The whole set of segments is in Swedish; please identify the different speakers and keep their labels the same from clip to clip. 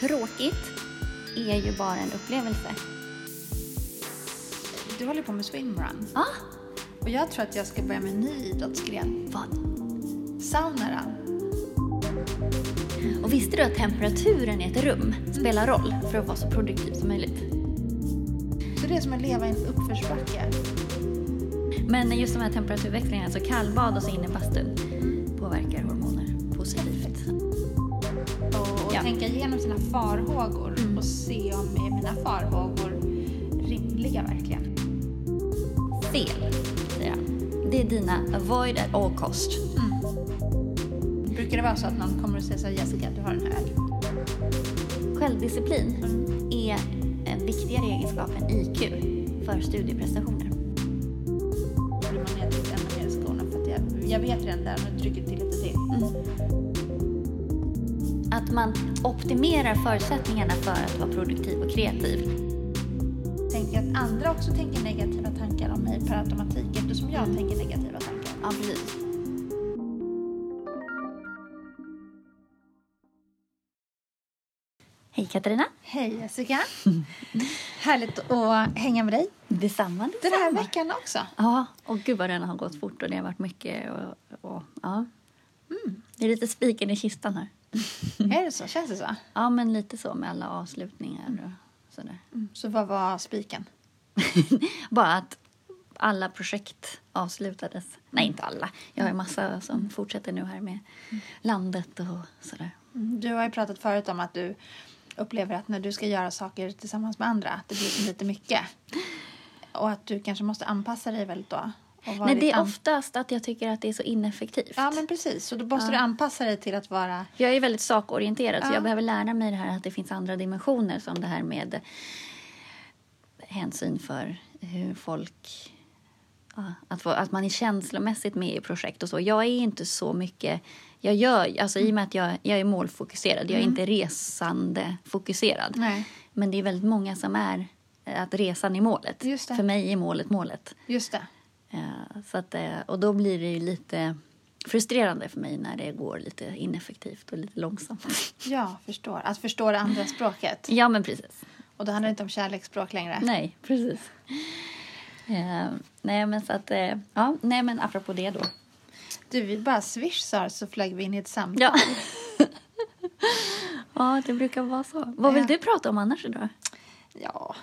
Speaker 1: tråkigt är ju bara en upplevelse.
Speaker 2: Du håller på med swimrun.
Speaker 1: Ja,
Speaker 2: Och jag tror att jag ska börja med en ny idrottsgren.
Speaker 1: vad?
Speaker 2: Saunarun.
Speaker 1: Och visste du att temperaturen i ett rum spelar roll för att vara så produktiv som möjligt?
Speaker 2: Så det är som att leva i en uppförsbacke.
Speaker 1: Men just de här temperaturväxlingarna, alltså kallbad och så in i bastun, påverkar hormoner positivt.
Speaker 2: Och, och
Speaker 1: Ja.
Speaker 2: tänka igenom sina farhågor
Speaker 1: Mm.
Speaker 2: och se om är mina farhågor rimliga verkligen.
Speaker 1: Fel, säger han. Det är dina avoid at all cost.
Speaker 2: Brukar det vara så att någon kommer och säger så här, Jessica, du har en öl?
Speaker 1: Självdisciplin är en viktigare egenskap än IQ för studieprestationer.
Speaker 2: Då blir man nedtryckt ännu mer i skorna för att jag, jag vet redan där, nu trycker jag till lite till.
Speaker 1: Mm. Att man optimerar förutsättningarna för att vara produktiv och kreativ.
Speaker 2: Tänker jag att andra också tänker negativa tankar om mig per automatik eftersom
Speaker 1: Mm.
Speaker 2: jag tänker negativa tankar.
Speaker 1: Ja, precis. Hej Katarina!
Speaker 2: Hej Jessica! Härligt att hänga med dig
Speaker 1: Detsamma, detsamma.
Speaker 2: den här veckan också.
Speaker 1: Ja, och gud vad den har gått fort och det har varit mycket och, och ja. Mm, Det är lite spiken i kistan här.
Speaker 2: Är det så? Känns det så?
Speaker 1: Ja, men lite så med alla avslutningar och sådär.
Speaker 2: Så vad var spiken?
Speaker 1: Bara att alla projekt avslutades. Nej, inte alla. Jag har ju massa som fortsätter nu här med landet och sådär.
Speaker 2: Mm, Du har ju pratat förut om att du upplever att när du ska göra saker tillsammans med andra att det blir lite mycket. Och att du kanske måste anpassa dig väldigt då. Och vara
Speaker 1: Nej, det
Speaker 2: lite
Speaker 1: är
Speaker 2: an-
Speaker 1: oftast att jag tycker att det är så ineffektivt.
Speaker 2: Ja, men precis. Så då måste du anpassa dig till att vara...
Speaker 1: Jag är väldigt sakorienterad så
Speaker 2: Ja.
Speaker 1: jag behöver lära mig det här att det finns andra dimensioner som det här med hänsyn för hur folk... ja, Att, få, att man är känslomässigt med i projekt och så. Jag är inte så mycket... Jag gör, alltså I och med att jag, jag är målfokuserad, jag är inte resandefokuserad.
Speaker 2: Mm. Nej.
Speaker 1: Men det är väldigt många som är eh, att resan är målet.
Speaker 2: Just det.
Speaker 1: För mig är målet målet.
Speaker 2: Just det.
Speaker 1: Eh, Så att, eh, och då blir det ju lite frustrerande för mig när det går lite ineffektivt och lite långsamt.
Speaker 2: Ja, förstår. Att förstå det andra språket.
Speaker 1: Ja, men precis.
Speaker 2: Och då handlar det inte om kärleksspråk längre.
Speaker 1: Nej, precis. Eh, nej, men så att... eh, ja, nej, men apropå det då.
Speaker 2: Du, vi bara swishar så flög vi in i ett samtal.
Speaker 1: Ja. ja, det brukar vara så. Eh. Vad vill
Speaker 2: Ja.
Speaker 1: du prata om annars idag?
Speaker 2: Ja,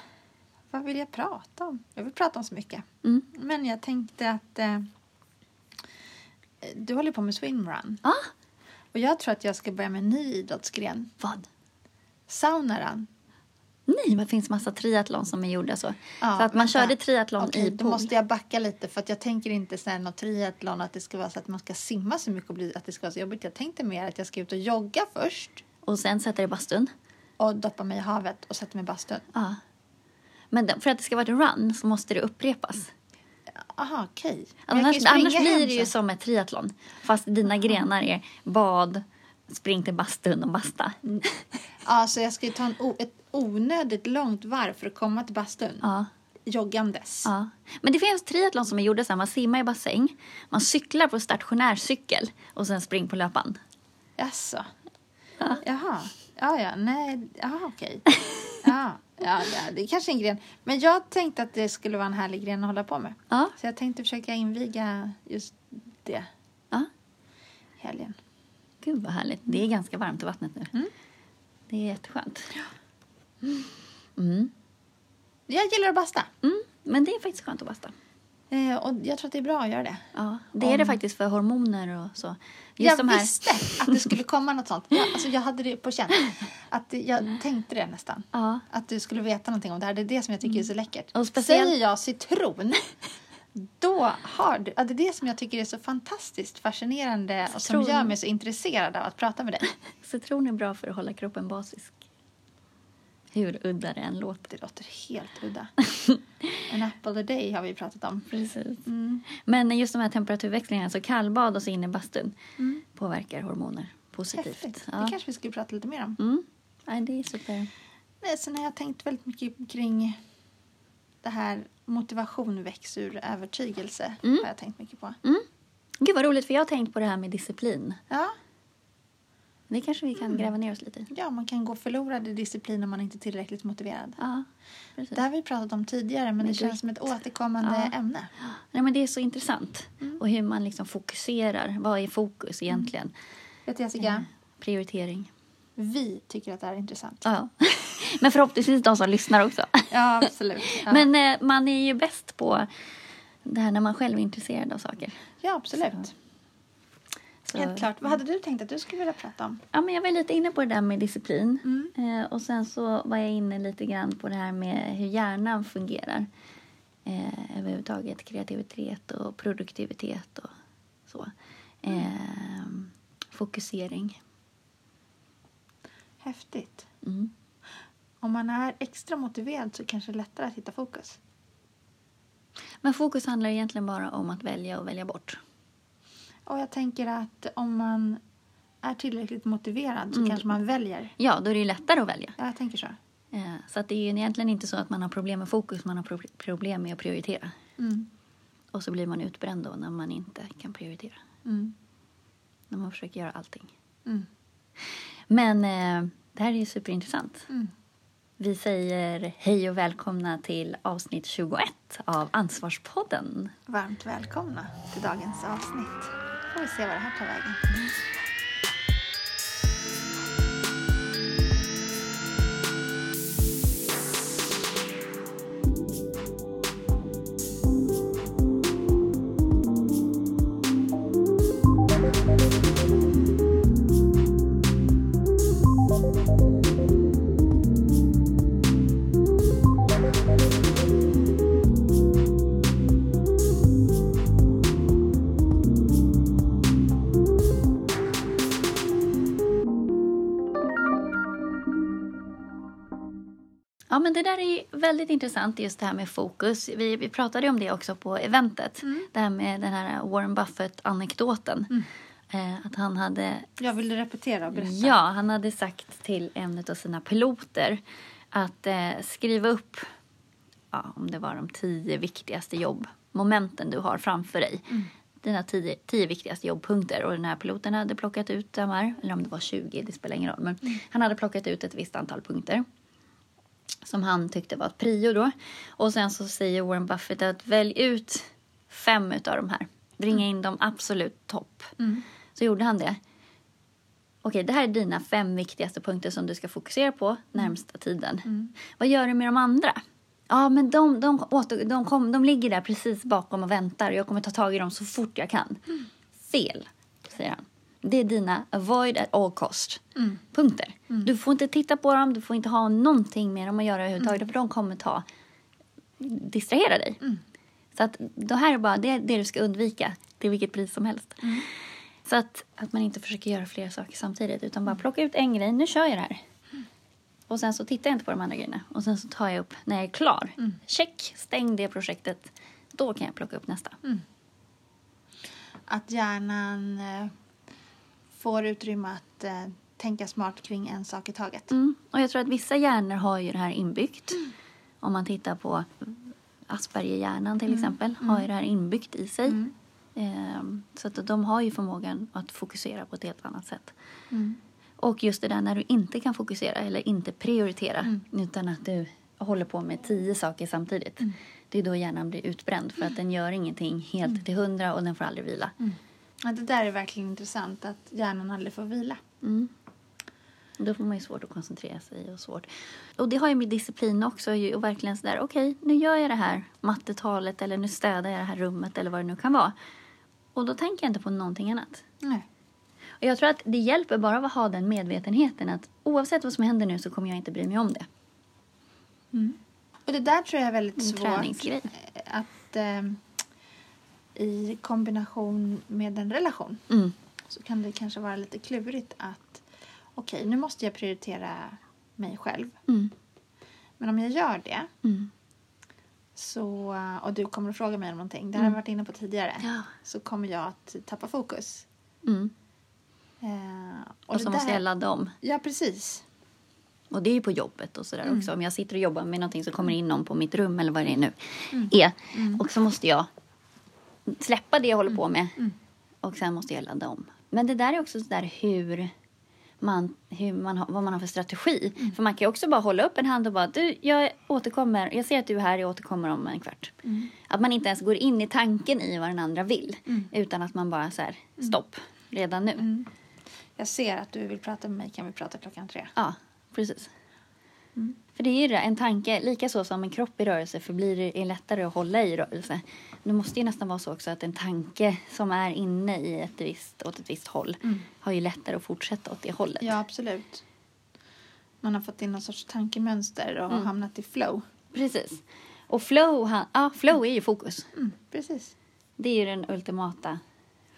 Speaker 2: vad vill jag prata om? Jag vill prata om så mycket.
Speaker 1: Mm.
Speaker 2: Men jag tänkte att eh, du håller på med swimrun.
Speaker 1: Ja,
Speaker 2: Och jag tror att jag ska börja med en ny idrottsgren.
Speaker 1: vad?
Speaker 2: Saunarun.
Speaker 1: Nej, men det finns massa triathlon som är gjorda så.
Speaker 2: Ja,
Speaker 1: så att man
Speaker 2: vänta.
Speaker 1: körde triathlon
Speaker 2: Okej,
Speaker 1: i
Speaker 2: då
Speaker 1: pool.
Speaker 2: måste jag backa lite för att jag tänker inte sen något triathlon att det ska vara så att man ska simma så mycket och bli, att det ska vara så jobbigt. Jag tänkte mer att jag ska ut och jogga först
Speaker 1: Och sen sätta det i bastun.
Speaker 2: och doppa mig i havet och sätta mig i bastun.
Speaker 1: Ja. Men den- för att det ska vara ett run så måste det upprepas.
Speaker 2: Aha, okej. Men jag kan ju
Speaker 1: Annars,
Speaker 2: springa
Speaker 1: annars blir
Speaker 2: hem
Speaker 1: det ju
Speaker 2: sen.
Speaker 1: som ett triathlon. Fast dina grenar är bad, spring till bastun och basta.
Speaker 2: Mm. Ja, så jag ska ju ta en o- ett onödigt långt varv för att komma till bastun.
Speaker 1: Ja.
Speaker 2: Joggandes.
Speaker 1: Ja. Men det finns triathlon som är gjorda så här, man simmar i bassäng, man cyklar på stationär cykel och sen springer på löpan.
Speaker 2: Jaså? Jaha. Ja, ja. Nej, jaha, okej. Ja, ja, ja, det är kanske en gren. Men jag tänkte att det skulle vara en härlig gren att hålla på med.
Speaker 1: Ja.
Speaker 2: Så jag tänkte försöka inviga just det
Speaker 1: ja.
Speaker 2: helgen.
Speaker 1: Gud vad härligt. Det är ganska varmt i vattnet nu.
Speaker 2: Mm.
Speaker 1: Det är jätteskönt. Mm.
Speaker 2: Jag gillar att basta.
Speaker 1: Mm. Men det är faktiskt skönt att basta.
Speaker 2: Eh, och jag tror att det är bra att göra det.
Speaker 1: Ja. Det är det faktiskt för hormoner och så.
Speaker 2: jag
Speaker 1: Just de här...
Speaker 2: visste att det skulle komma något sånt. Jag, alltså, jag hade det på känn. Att det- jag tänkte det nästan.
Speaker 1: Ja.
Speaker 2: Att du skulle veta någonting om det här. Det är det som jag tycker är så läckert.
Speaker 1: Mm. Och speciellt-
Speaker 2: Säger jag citron, då har du... Ja, det är det som jag tycker är så fantastiskt fascinerande och som
Speaker 1: Citron.
Speaker 2: gör mig så intresserad av att prata med dig.
Speaker 1: Citron är bra för att hålla kroppen basisk. Hur udda det än låter.
Speaker 2: Det låter helt udda. An apple a day har vi pratat om.
Speaker 1: Precis.
Speaker 2: Mm.
Speaker 1: Men just de här temperaturväxlingarna, så kallbad och så in i bastun, påverkar hormoner positivt.
Speaker 2: Mm. Häftigt.
Speaker 1: Ja.
Speaker 2: Det kanske vi skulle prata lite mer om.
Speaker 1: Mm. Nej, det är super. Mm.
Speaker 2: Nej, Sen har jag tänkt väldigt mycket kring det här motivation väcks ur övertygelse.
Speaker 1: Mm.
Speaker 2: har jag tänkt mycket på.
Speaker 1: Gud vad roligt, för jag har tänkt på det här med disciplin.
Speaker 2: Ja,
Speaker 1: Det Det kanske vi kan
Speaker 2: Mm.
Speaker 1: gräva ner oss lite i.
Speaker 2: Ja, man kan gå förlorad i disciplin om man inte är tillräckligt motiverad.
Speaker 1: Ja, precis.
Speaker 2: Det här har vi pratat om tidigare, men
Speaker 1: Men
Speaker 2: det
Speaker 1: du-
Speaker 2: känns som ett återkommande
Speaker 1: Ja.
Speaker 2: ämne.
Speaker 1: Nej, men det är så intressant.
Speaker 2: Mm.
Speaker 1: Och hur man liksom fokuserar. Vad är fokus egentligen?
Speaker 2: Vet du, Jessica?
Speaker 1: Prioritering.
Speaker 2: Vi tycker att det här är intressant.
Speaker 1: Ja. men förhoppningsvis de som lyssnar också.
Speaker 2: Ja, absolut. Ja,
Speaker 1: Men eh, man är ju bäst på det här när man själv är intresserad av saker.
Speaker 2: ja absolut.
Speaker 1: Så-
Speaker 2: Helt klart. Vad hade du tänkt att du skulle vilja prata om?
Speaker 1: Ja, men jag var lite inne på det där med disciplin.
Speaker 2: Mm.
Speaker 1: Eh, och sen så var jag inne lite grann på det här med hur hjärnan fungerar. Eh, överhuvudtaget kreativitet och produktivitet och så.
Speaker 2: Mm.
Speaker 1: Eh, fokusering.
Speaker 2: Häftigt.
Speaker 1: Mm.
Speaker 2: Om man är extra motiverad så kanske det är lättare att hitta fokus.
Speaker 1: Men fokus handlar egentligen bara om att välja och välja bort.
Speaker 2: Och jag tänker att om man är tillräckligt motiverad så
Speaker 1: Mm.
Speaker 2: kanske man väljer.
Speaker 1: Ja, då är det ju lättare att välja.
Speaker 2: Ja, jag tänker så.
Speaker 1: Eh, så att det är ju egentligen inte så att man har problem med fokus, man har pro- problem med att prioritera.
Speaker 2: Mm.
Speaker 1: Och så blir man utbränd då när man inte kan prioritera.
Speaker 2: Mm.
Speaker 1: När man försöker göra allting.
Speaker 2: Mm.
Speaker 1: Men eh, det här är ju superintressant.
Speaker 2: Mm.
Speaker 1: Vi säger hej och välkomna till avsnitt 21 av Ansvarspodden.
Speaker 2: Varmt välkomna till dagens avsnitt. Får vi se vad det här tar vägen.
Speaker 1: Ja, men det där är ju väldigt intressant, just det här med fokus. Vi, vi pratade ju om det också på eventet. Det här med den här Warren Buffett-anekdoten. Eh, att han hade
Speaker 2: Jag vill du repetera och berätta?
Speaker 1: Ja, han hade sagt till en av sina piloter att eh, skriva upp ja, om det var de tio viktigaste jobbmomenten du har framför dig.
Speaker 2: Mm.
Speaker 1: Dina tio, tio viktigaste jobbpunkter. Och den här piloten hade plockat ut de här, eller om det var 20, det spelar ingen roll. Men
Speaker 2: Mm.
Speaker 1: han hade plockat ut ett visst antal punkter som han tyckte var ett prio då. Och sen så säger Warren Buffett att välj ut fem utav de här. Ringa in dem absolut topp.
Speaker 2: Mm.
Speaker 1: Så gjorde han det. Okej, det här är dina fem viktigaste punkter som du ska fokusera på närmsta tiden.
Speaker 2: Mm.
Speaker 1: Vad gör du med de andra? Ja, men de, de, åter, de, kom, de ligger där precis bakom och väntar och jag kommer ta tag i dem så fort jag kan.
Speaker 2: Mm.
Speaker 1: Fel, säger han. Det är dina avoid at all cost
Speaker 2: Mm.
Speaker 1: punkter. Du får inte titta på dem, du får inte ha någonting med dem att göra överhuvudtaget
Speaker 2: Mm.
Speaker 1: för de kommer ta distrahera dig. Så att det här är bara det, det du ska undvika till vilket pris som helst. Så att, att man inte försöker göra flera saker samtidigt utan bara plocka ut en grej, nu kör jag det här. Och sen så tittar jag inte på de andra grejerna och sen så tar jag upp när jag är klar. Check, stäng det projektet. Då kan jag plocka upp nästa.
Speaker 2: Att hjärnan eh, får utrymme att eh, tänka smart kring en sak i taget.
Speaker 1: Mm. Och jag tror att vissa hjärnor har ju det här inbyggt. Om man tittar på Aspergerhjärnan till exempel har ju det här inbyggt i sig. Ehm, Så att de har ju förmågan att fokusera på ett helt annat sätt.
Speaker 2: Mm.
Speaker 1: Och just det där när du inte kan fokusera eller inte prioritera utan att du håller på med tio saker samtidigt. Det är då hjärnan blir utbränd för att den gör ingenting helt till hundra och den får aldrig vila.
Speaker 2: Ja, Det där är verkligen intressant, att hjärnan aldrig får vila.
Speaker 1: Mm. Då får man ju svårt att koncentrera sig och svårt. Och det har ju med disciplin också ju, och verkligen sådär okej nu gör jag det här mattetalet eller nu städar jag det här rummet eller vad det nu kan vara. Och då tänker jag inte på någonting annat.
Speaker 2: Nej.
Speaker 1: Och jag tror att det hjälper bara att ha den medvetenheten att oavsett vad som händer nu så kommer jag inte bry mig om det.
Speaker 2: Och det där tror jag är väldigt
Speaker 1: En
Speaker 2: svårt.
Speaker 1: träningsgrej.
Speaker 2: eh, Att eh, i kombination med en relation
Speaker 1: Mm.
Speaker 2: så kan det kanske vara lite klurigt att okej, nu måste jag prioritera mig själv.
Speaker 1: Mm.
Speaker 2: Men om jag gör det
Speaker 1: Mm.
Speaker 2: så, och du kommer att fråga mig om någonting, det här har vi varit inne på tidigare,
Speaker 1: Mm. Ja.
Speaker 2: så kommer jag att tappa fokus.
Speaker 1: Mm.
Speaker 2: Eh, och
Speaker 1: Och
Speaker 2: det
Speaker 1: så måste
Speaker 2: där-
Speaker 1: jag ladda om.
Speaker 2: Ja, precis.
Speaker 1: Och det är ju på jobbet och sådär
Speaker 2: Mm.
Speaker 1: också. Om jag sitter och jobbar med någonting så kommer det in någon på mitt rum eller vad det är nu
Speaker 2: Mm.
Speaker 1: är. Och så måste jag
Speaker 2: Mm.
Speaker 1: släppa det jag håller på med. Och sen måste jag ladda om. Men det där är också sådär hur man, hur man har, vad man har för strategi.
Speaker 2: Mm.
Speaker 1: För man kan ju också bara hålla upp en hand och bara du, jag återkommer, jag ser att du är här, jag återkommer om en kvart.
Speaker 2: Mm.
Speaker 1: Att man inte ens går in i tanken i vad den andra vill utan att man bara så här,
Speaker 2: Mm.
Speaker 1: stopp, redan nu.
Speaker 2: Jag ser att du vill prata med mig, kan vi prata klockan tre?
Speaker 1: Ja, precis.
Speaker 2: Mm.
Speaker 1: För det är ju det, en tanke, lika så som en kropp i rörelse förblir det är lättare att hålla i rörelse. Det måste ju nästan vara så också att en tanke som är inne i ett visst, åt ett visst håll har ju lättare att fortsätta åt det hållet.
Speaker 2: Mm. Ja, absolut. Man har fått in någon sorts tankemönster och har hamnat i flow.
Speaker 1: Precis. Och flow, han, ja, flow är ju fokus.
Speaker 2: Mm, precis.
Speaker 1: Det är ju den ultimata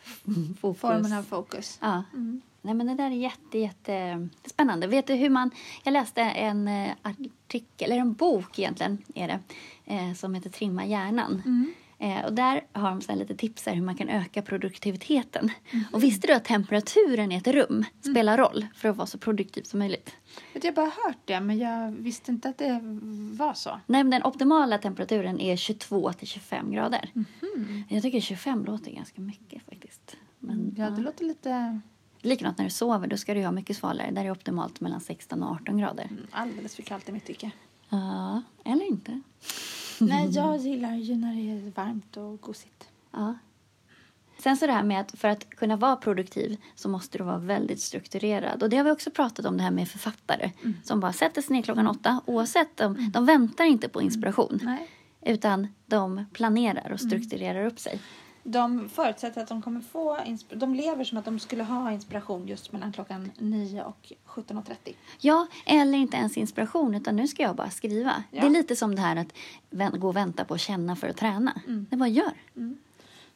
Speaker 1: f- fokus.
Speaker 2: Formen av fokus.
Speaker 1: Ja.
Speaker 2: Mm.
Speaker 1: Nej, men det där är jätte, jätte spännande. Vet du hur man... Jag läste en eh, artikel, eller en bok egentligen, är det, eh, som heter Trimma hjärnan. Eh, Och där har de så här lite tips här hur man kan öka produktiviteten. Och visste du att temperaturen i ett rum spelar roll för att vara så produktiv som möjligt?
Speaker 2: Vet du, Jag har bara hört det, men jag visste inte att det var så.
Speaker 1: Nej, men den optimala temperaturen är 22 till 25 grader. Jag tycker 25 låter ganska mycket faktiskt. Men,
Speaker 2: Ja, det låter lite
Speaker 1: Likadant när du sover, då ska du ju ha mycket svalare. Där är det optimalt mellan 16 och 18 grader.
Speaker 2: mm, alldeles för kallt i mitt tycke.
Speaker 1: Ja, eller inte.
Speaker 2: Nej, jag gillar ju när det är varmt och gosigt.
Speaker 1: Ja. Sen så det här med att för att kunna vara produktiv så måste du vara väldigt strukturerad. Och det har vi också pratat om det här med författare
Speaker 2: Mm.
Speaker 1: som bara sätter sig ner klockan åtta oavsett om de väntar inte på inspiration
Speaker 2: Mm. Nej. Mm.
Speaker 1: utan de planerar och strukturerar upp sig.
Speaker 2: De förutsätter att de kommer få insp- De lever som att de skulle ha inspiration just mellan klockan 9 och 17.30.
Speaker 1: Ja, eller inte ens inspiration utan nu ska jag bara skriva.
Speaker 2: Ja.
Speaker 1: Det är lite som det här att vä- gå och vänta på att känna för att träna.
Speaker 2: Mm.
Speaker 1: Det bara gör.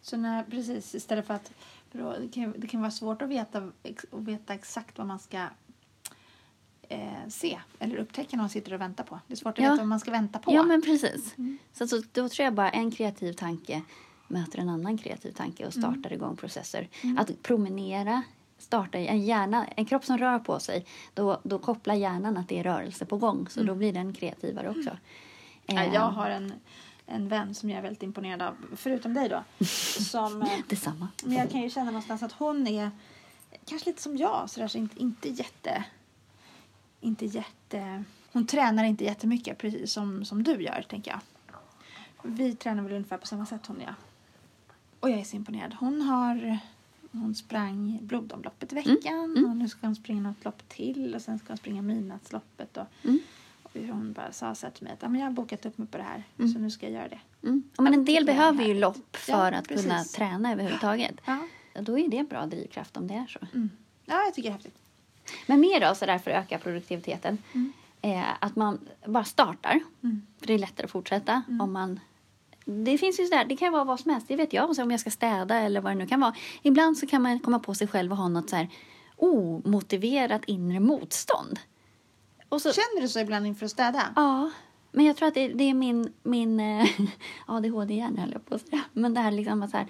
Speaker 2: Så när, precis, istället för att... för då- Det kan, det kan vara svårt att veta, ex- att veta exakt vad man ska eh, se eller upptäcka när man sitter och väntar på. Det är svårt att
Speaker 1: Ja.
Speaker 2: veta vad man ska vänta på. Mm.
Speaker 1: Ja, men precis. Så, så då tror jag bara en kreativ tanke möter en annan kreativ tanke och
Speaker 2: Mm.
Speaker 1: startar igång processer. Att promenera startar ju- en hjärna, en kropp som rör på sig, då, då kopplar hjärnan att det är rörelse på gång så då blir den kreativare också.
Speaker 2: Mm. Ja,
Speaker 1: Eh,
Speaker 2: Jag har en, en vän som jag är väldigt imponerad av, förutom dig då. Som, eh,
Speaker 1: Detsamma.
Speaker 2: men jag kan ju känna någonstans att hon är kanske lite som jag, sådär, så inte, inte jätte... Inte jätte... Hon tränar inte jättemycket, precis som, som du gör, tänker jag. Vi tränar väl ungefär på samma sätt, hon och jag. Och jag är så imponerad. Hon har... Hon sprang blodomloppet i veckan och nu ska hon springa något lopp till och sen ska hon springa midnattsloppet. Och, och hon bara sa så här till mig att "Ja, men jag har bokat upp mig på det här så nu ska jag göra det.
Speaker 1: Mm. Ja, Men en del
Speaker 2: det är
Speaker 1: behöver ju
Speaker 2: härligt.
Speaker 1: lopp för
Speaker 2: Ja,
Speaker 1: att kunna
Speaker 2: precis.
Speaker 1: träna överhuvudtaget.
Speaker 2: Ja,
Speaker 1: Ja, Då är det en bra drivkraft om det är så.
Speaker 2: mm. ja jag tycker det är häftigt.
Speaker 1: Men mer då sådär för att öka produktiviteten. Eh, att man bara startar. För det är lättare att fortsätta om man det finns ju sådär, det kan vara vad som helst, det vet jag. Så om jag ska städa eller vad det nu kan vara. Ibland så kan man komma på sig själv och ha något så här omotiverat inre motstånd. Och så,
Speaker 2: Känner du så ibland inför att städa?
Speaker 1: Ja, men jag tror att det, det är min, min eh, ADHD-hjärna, höll jag på att säga. Men det här liksom att så här,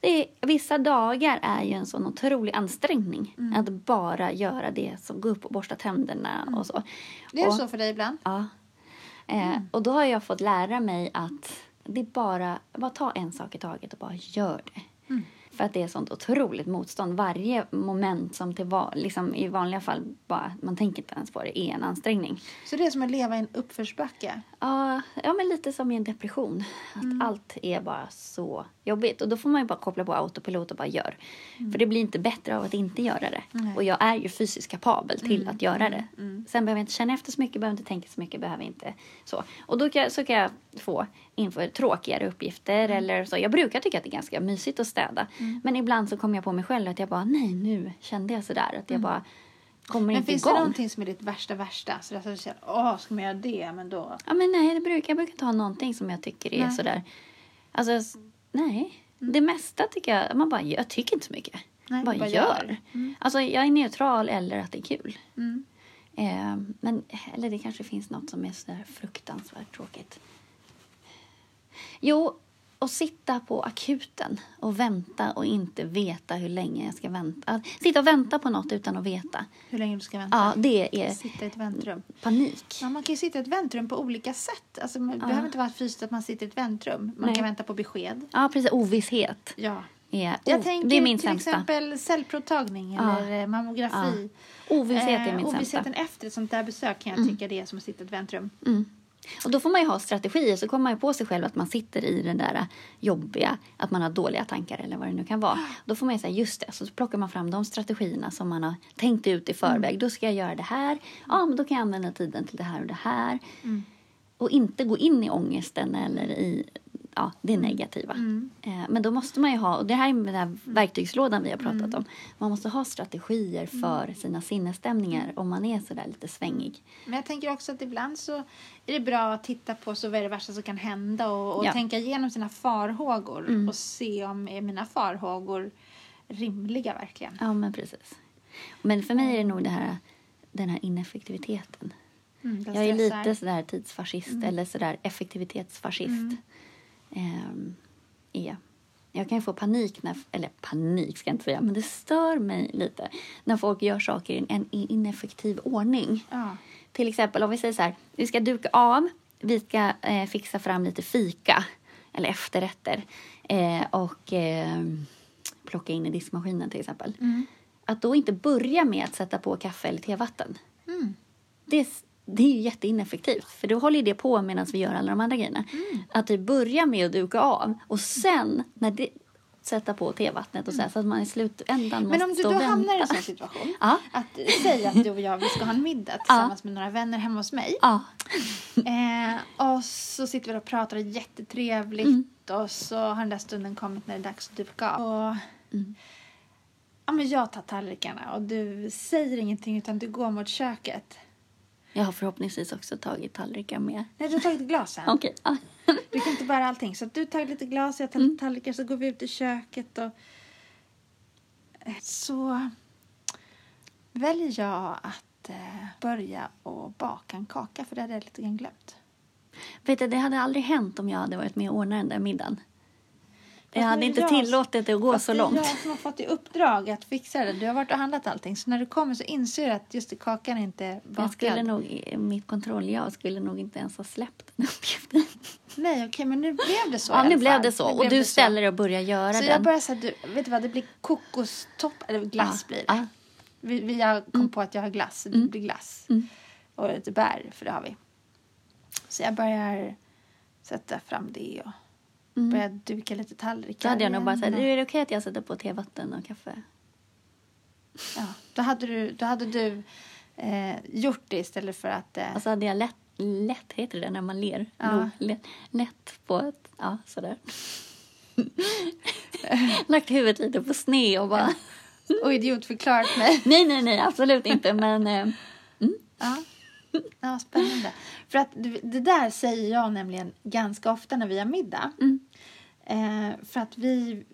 Speaker 1: det är, vissa dagar är ju en sån otrolig ansträngning.
Speaker 2: Mm.
Speaker 1: Att bara göra det, som gå upp och borsta tänderna och så.
Speaker 2: Mm. Det är
Speaker 1: och,
Speaker 2: så Mm. för dig ibland?
Speaker 1: Ja. Eh, Och då har jag fått lära mig att det är bara, bara ta en sak i taget och bara gör det.
Speaker 2: Mm.
Speaker 1: För att det är sånt otroligt motstånd. Varje moment som till va, liksom i vanliga fall bara, man tänker inte ens på det, är en ansträngning.
Speaker 2: Så det är som att leva i en uppförsbacke?
Speaker 1: Ja, ja, men lite som i en depression. Att
Speaker 2: Mm.
Speaker 1: allt är bara så jobbigt. Och då får man ju bara koppla på autopilot och bara gör. För det blir inte bättre av att inte göra det.
Speaker 2: Mm. Nej. Mm.
Speaker 1: Och jag är ju fysiskt kapabel till att göra det. Sen behöver jag inte känna efter så mycket, behöver inte tänka så mycket, behöver inte så. Och då kan, jag- så kan jag få inför tråkigare uppgifter
Speaker 2: Mm.
Speaker 1: eller så. Jag brukar tycka att det är ganska mysigt att städa. Men ibland så kommer jag på mig själv att jag bara, nej nu kände jag sådär. Att jag bara kommer
Speaker 2: Mm. Men
Speaker 1: inte
Speaker 2: finns
Speaker 1: igång.
Speaker 2: det någonting som är ditt värsta värsta? Så där så du känner, åh, ska man göra det? Men då...
Speaker 1: Ja, men nej, det brukar, jag brukar inte ha någonting som jag tycker är
Speaker 2: Nej. Mm.
Speaker 1: sådär... Alltså, s- nej. Det mesta tycker jag... Man bara, jag tycker inte så mycket.
Speaker 2: Nej,
Speaker 1: bara,
Speaker 2: bara
Speaker 1: gör.
Speaker 2: gör.
Speaker 1: Alltså, jag är neutral eller att det är kul.
Speaker 2: Mm.
Speaker 1: Eh, men, eller det kanske finns något som är sådär fruktansvärt tråkigt. Jo, att sitta på akuten och vänta och inte veta hur länge jag ska vänta. Att Sitta och vänta på något utan att veta.
Speaker 2: Hur länge du ska vänta?
Speaker 1: Ja, det är
Speaker 2: Sitta i ett väntrum.
Speaker 1: panik.
Speaker 2: Ja, man kan ju sitta i ett väntrum på olika sätt. Alltså, det behöver inte vara fysiskt att man sitter i ett väntrum. Man
Speaker 1: Nej.
Speaker 2: kan vänta på besked.
Speaker 1: Ja, precis. Ovisshet.
Speaker 2: Ja,
Speaker 1: är,
Speaker 2: Jag
Speaker 1: oh,
Speaker 2: tänker
Speaker 1: det är min
Speaker 2: till
Speaker 1: sämsta.
Speaker 2: exempel cellprovtagning
Speaker 1: Ja.
Speaker 2: eller eh, mammografi.
Speaker 1: Ovisshet är
Speaker 2: Eh,
Speaker 1: min sämsta.
Speaker 2: Ovissheten efter ett sånt där besök kan jag tycka det är som att sitta i ett väntrum.
Speaker 1: Mm. Och då får man ju ha strategier, så kommer man ju på sig själv att man sitter i den där jobbiga, att man har dåliga tankar eller vad det nu kan vara. Då får man ju säga just det, så plockar man fram de strategierna som man har tänkt ut i förväg. Då ska jag göra det här, ja men då kan jag använda tiden till det här och det här. Och inte gå in i ångesten eller i ja, det negativa. Eh, Men då måste man ju ha, och det här är med den här verktygslådan vi har pratat om, man måste ha strategier för sina sinnesstämningar om man är sådär lite svängig.
Speaker 2: Men jag tänker också att ibland så är det bra att titta på så vad är det värsta som kan hända och, och
Speaker 1: Ja. Mm.
Speaker 2: tänka igenom sina farhågor och se om är mina farhågor rimliga verkligen.
Speaker 1: Ja, men precis. Men för mig är det nog det här, den här ineffektiviteten.
Speaker 2: Mm, den
Speaker 1: Jag är
Speaker 2: stressar.
Speaker 1: lite sådär tidsfascist eller sådär effektivitetsfascist. Ehm, är jag. jag kan ju få panik, när, eller panik ska jag inte säga, men det stör mig lite när folk gör saker i en i ineffektiv ordning.
Speaker 2: Ja.
Speaker 1: Till exempel om vi säger så här, vi ska duka av, vi ska eh, fixa fram lite fika eller efterrätter eh, och eh, plocka in i diskmaskinen till exempel.
Speaker 2: Mm.
Speaker 1: Att då inte börja med att sätta på kaffe eller tevatten.
Speaker 2: Mm.
Speaker 1: Det, är- det är ju jätteineffektivt för då håller ju det på medan vi gör alla de andra grejerna.
Speaker 2: Mm.
Speaker 1: Att vi börjar med att duka av och sen när det, sätta på tevattnet och så, här, så att man i slutändan måste
Speaker 2: Mm. Men om du
Speaker 1: stå
Speaker 2: då
Speaker 1: och vänta.
Speaker 2: hamnar i en sån situation,
Speaker 1: Ja.
Speaker 2: att eh, säg att du och jag vi ska ha en middag tillsammans med några vänner hemma hos mig.
Speaker 1: Ja,
Speaker 2: Eh, och så sitter vi där och pratar och det är jättetrevligt och så har den där stunden kommit när det är dags att duka av. Och, ja, men jag tar tallrikarna och du säger ingenting utan du går mot köket.
Speaker 1: jag har förhoppningsvis också tagit tallrikar med.
Speaker 2: Nej, du har tagit glasen.
Speaker 1: Okej. ja.
Speaker 2: Du kan inte bära allting. Så att du tar lite glas, jag tar lite tallrikar, så går vi ut i köket och... eh, Så väljer jag att eh, börja och baka en kaka, för det hade jag lite grann glömt.
Speaker 1: Vet du, det hade aldrig hänt om jag hade varit med och ordnat den där middagen. Jag
Speaker 2: nu
Speaker 1: hade
Speaker 2: är
Speaker 1: inte
Speaker 2: jag-
Speaker 1: tillåtit det att gå
Speaker 2: Fast
Speaker 1: så
Speaker 2: Det
Speaker 1: långt.
Speaker 2: är jag som har fått i uppdrag att fixa det. Du har varit och handlat allting. Så när du kommer så inser du att just det, kakan är inte
Speaker 1: Jag skulle
Speaker 2: bakad.
Speaker 1: nog, mitt kontroll, jag skulle nog inte ens ha släppt den uppgiften.
Speaker 2: Nej, okej, men nu blev det så i
Speaker 1: Ja,
Speaker 2: alla
Speaker 1: nu blev
Speaker 2: fall.
Speaker 1: det så.
Speaker 2: Nu
Speaker 1: Och
Speaker 2: blev
Speaker 1: du
Speaker 2: det så.
Speaker 1: ställer dig och börjar göra
Speaker 2: Så jag
Speaker 1: den.
Speaker 2: börjar säga, du, vet du vad, det blir kokostopp, eller glass
Speaker 1: Ja,
Speaker 2: blir det.
Speaker 1: ja. Mm.
Speaker 2: Vi, vi jag kom på att jag har glass, så det blir glass. Och lite bär, för det har vi. Så jag börjar sätta fram det och börjar duka lite tallrikar.
Speaker 1: Mm. Då hade jag nog bara
Speaker 2: igen
Speaker 1: sagt,
Speaker 2: och-
Speaker 1: är det okej att jag sätter på tevatten och kaffe?
Speaker 2: Ja, då hade du, då hade du eh, gjort det istället för att... Eh,
Speaker 1: Och så Alltså, hade jag lätt, lätt heter det när man ler,
Speaker 2: Ja.
Speaker 1: Lo- lätt, lätt på ett, ja sådär. Lagt huvudet lite på sne och bara,
Speaker 2: och idiotförklarat mig.
Speaker 1: nej, nej, nej, absolut inte, men eh,
Speaker 2: Ja. ja, spännande. För att du- det där säger jag nämligen ganska ofta när vi har middag.
Speaker 1: Mm.
Speaker 2: Eh, för att vi är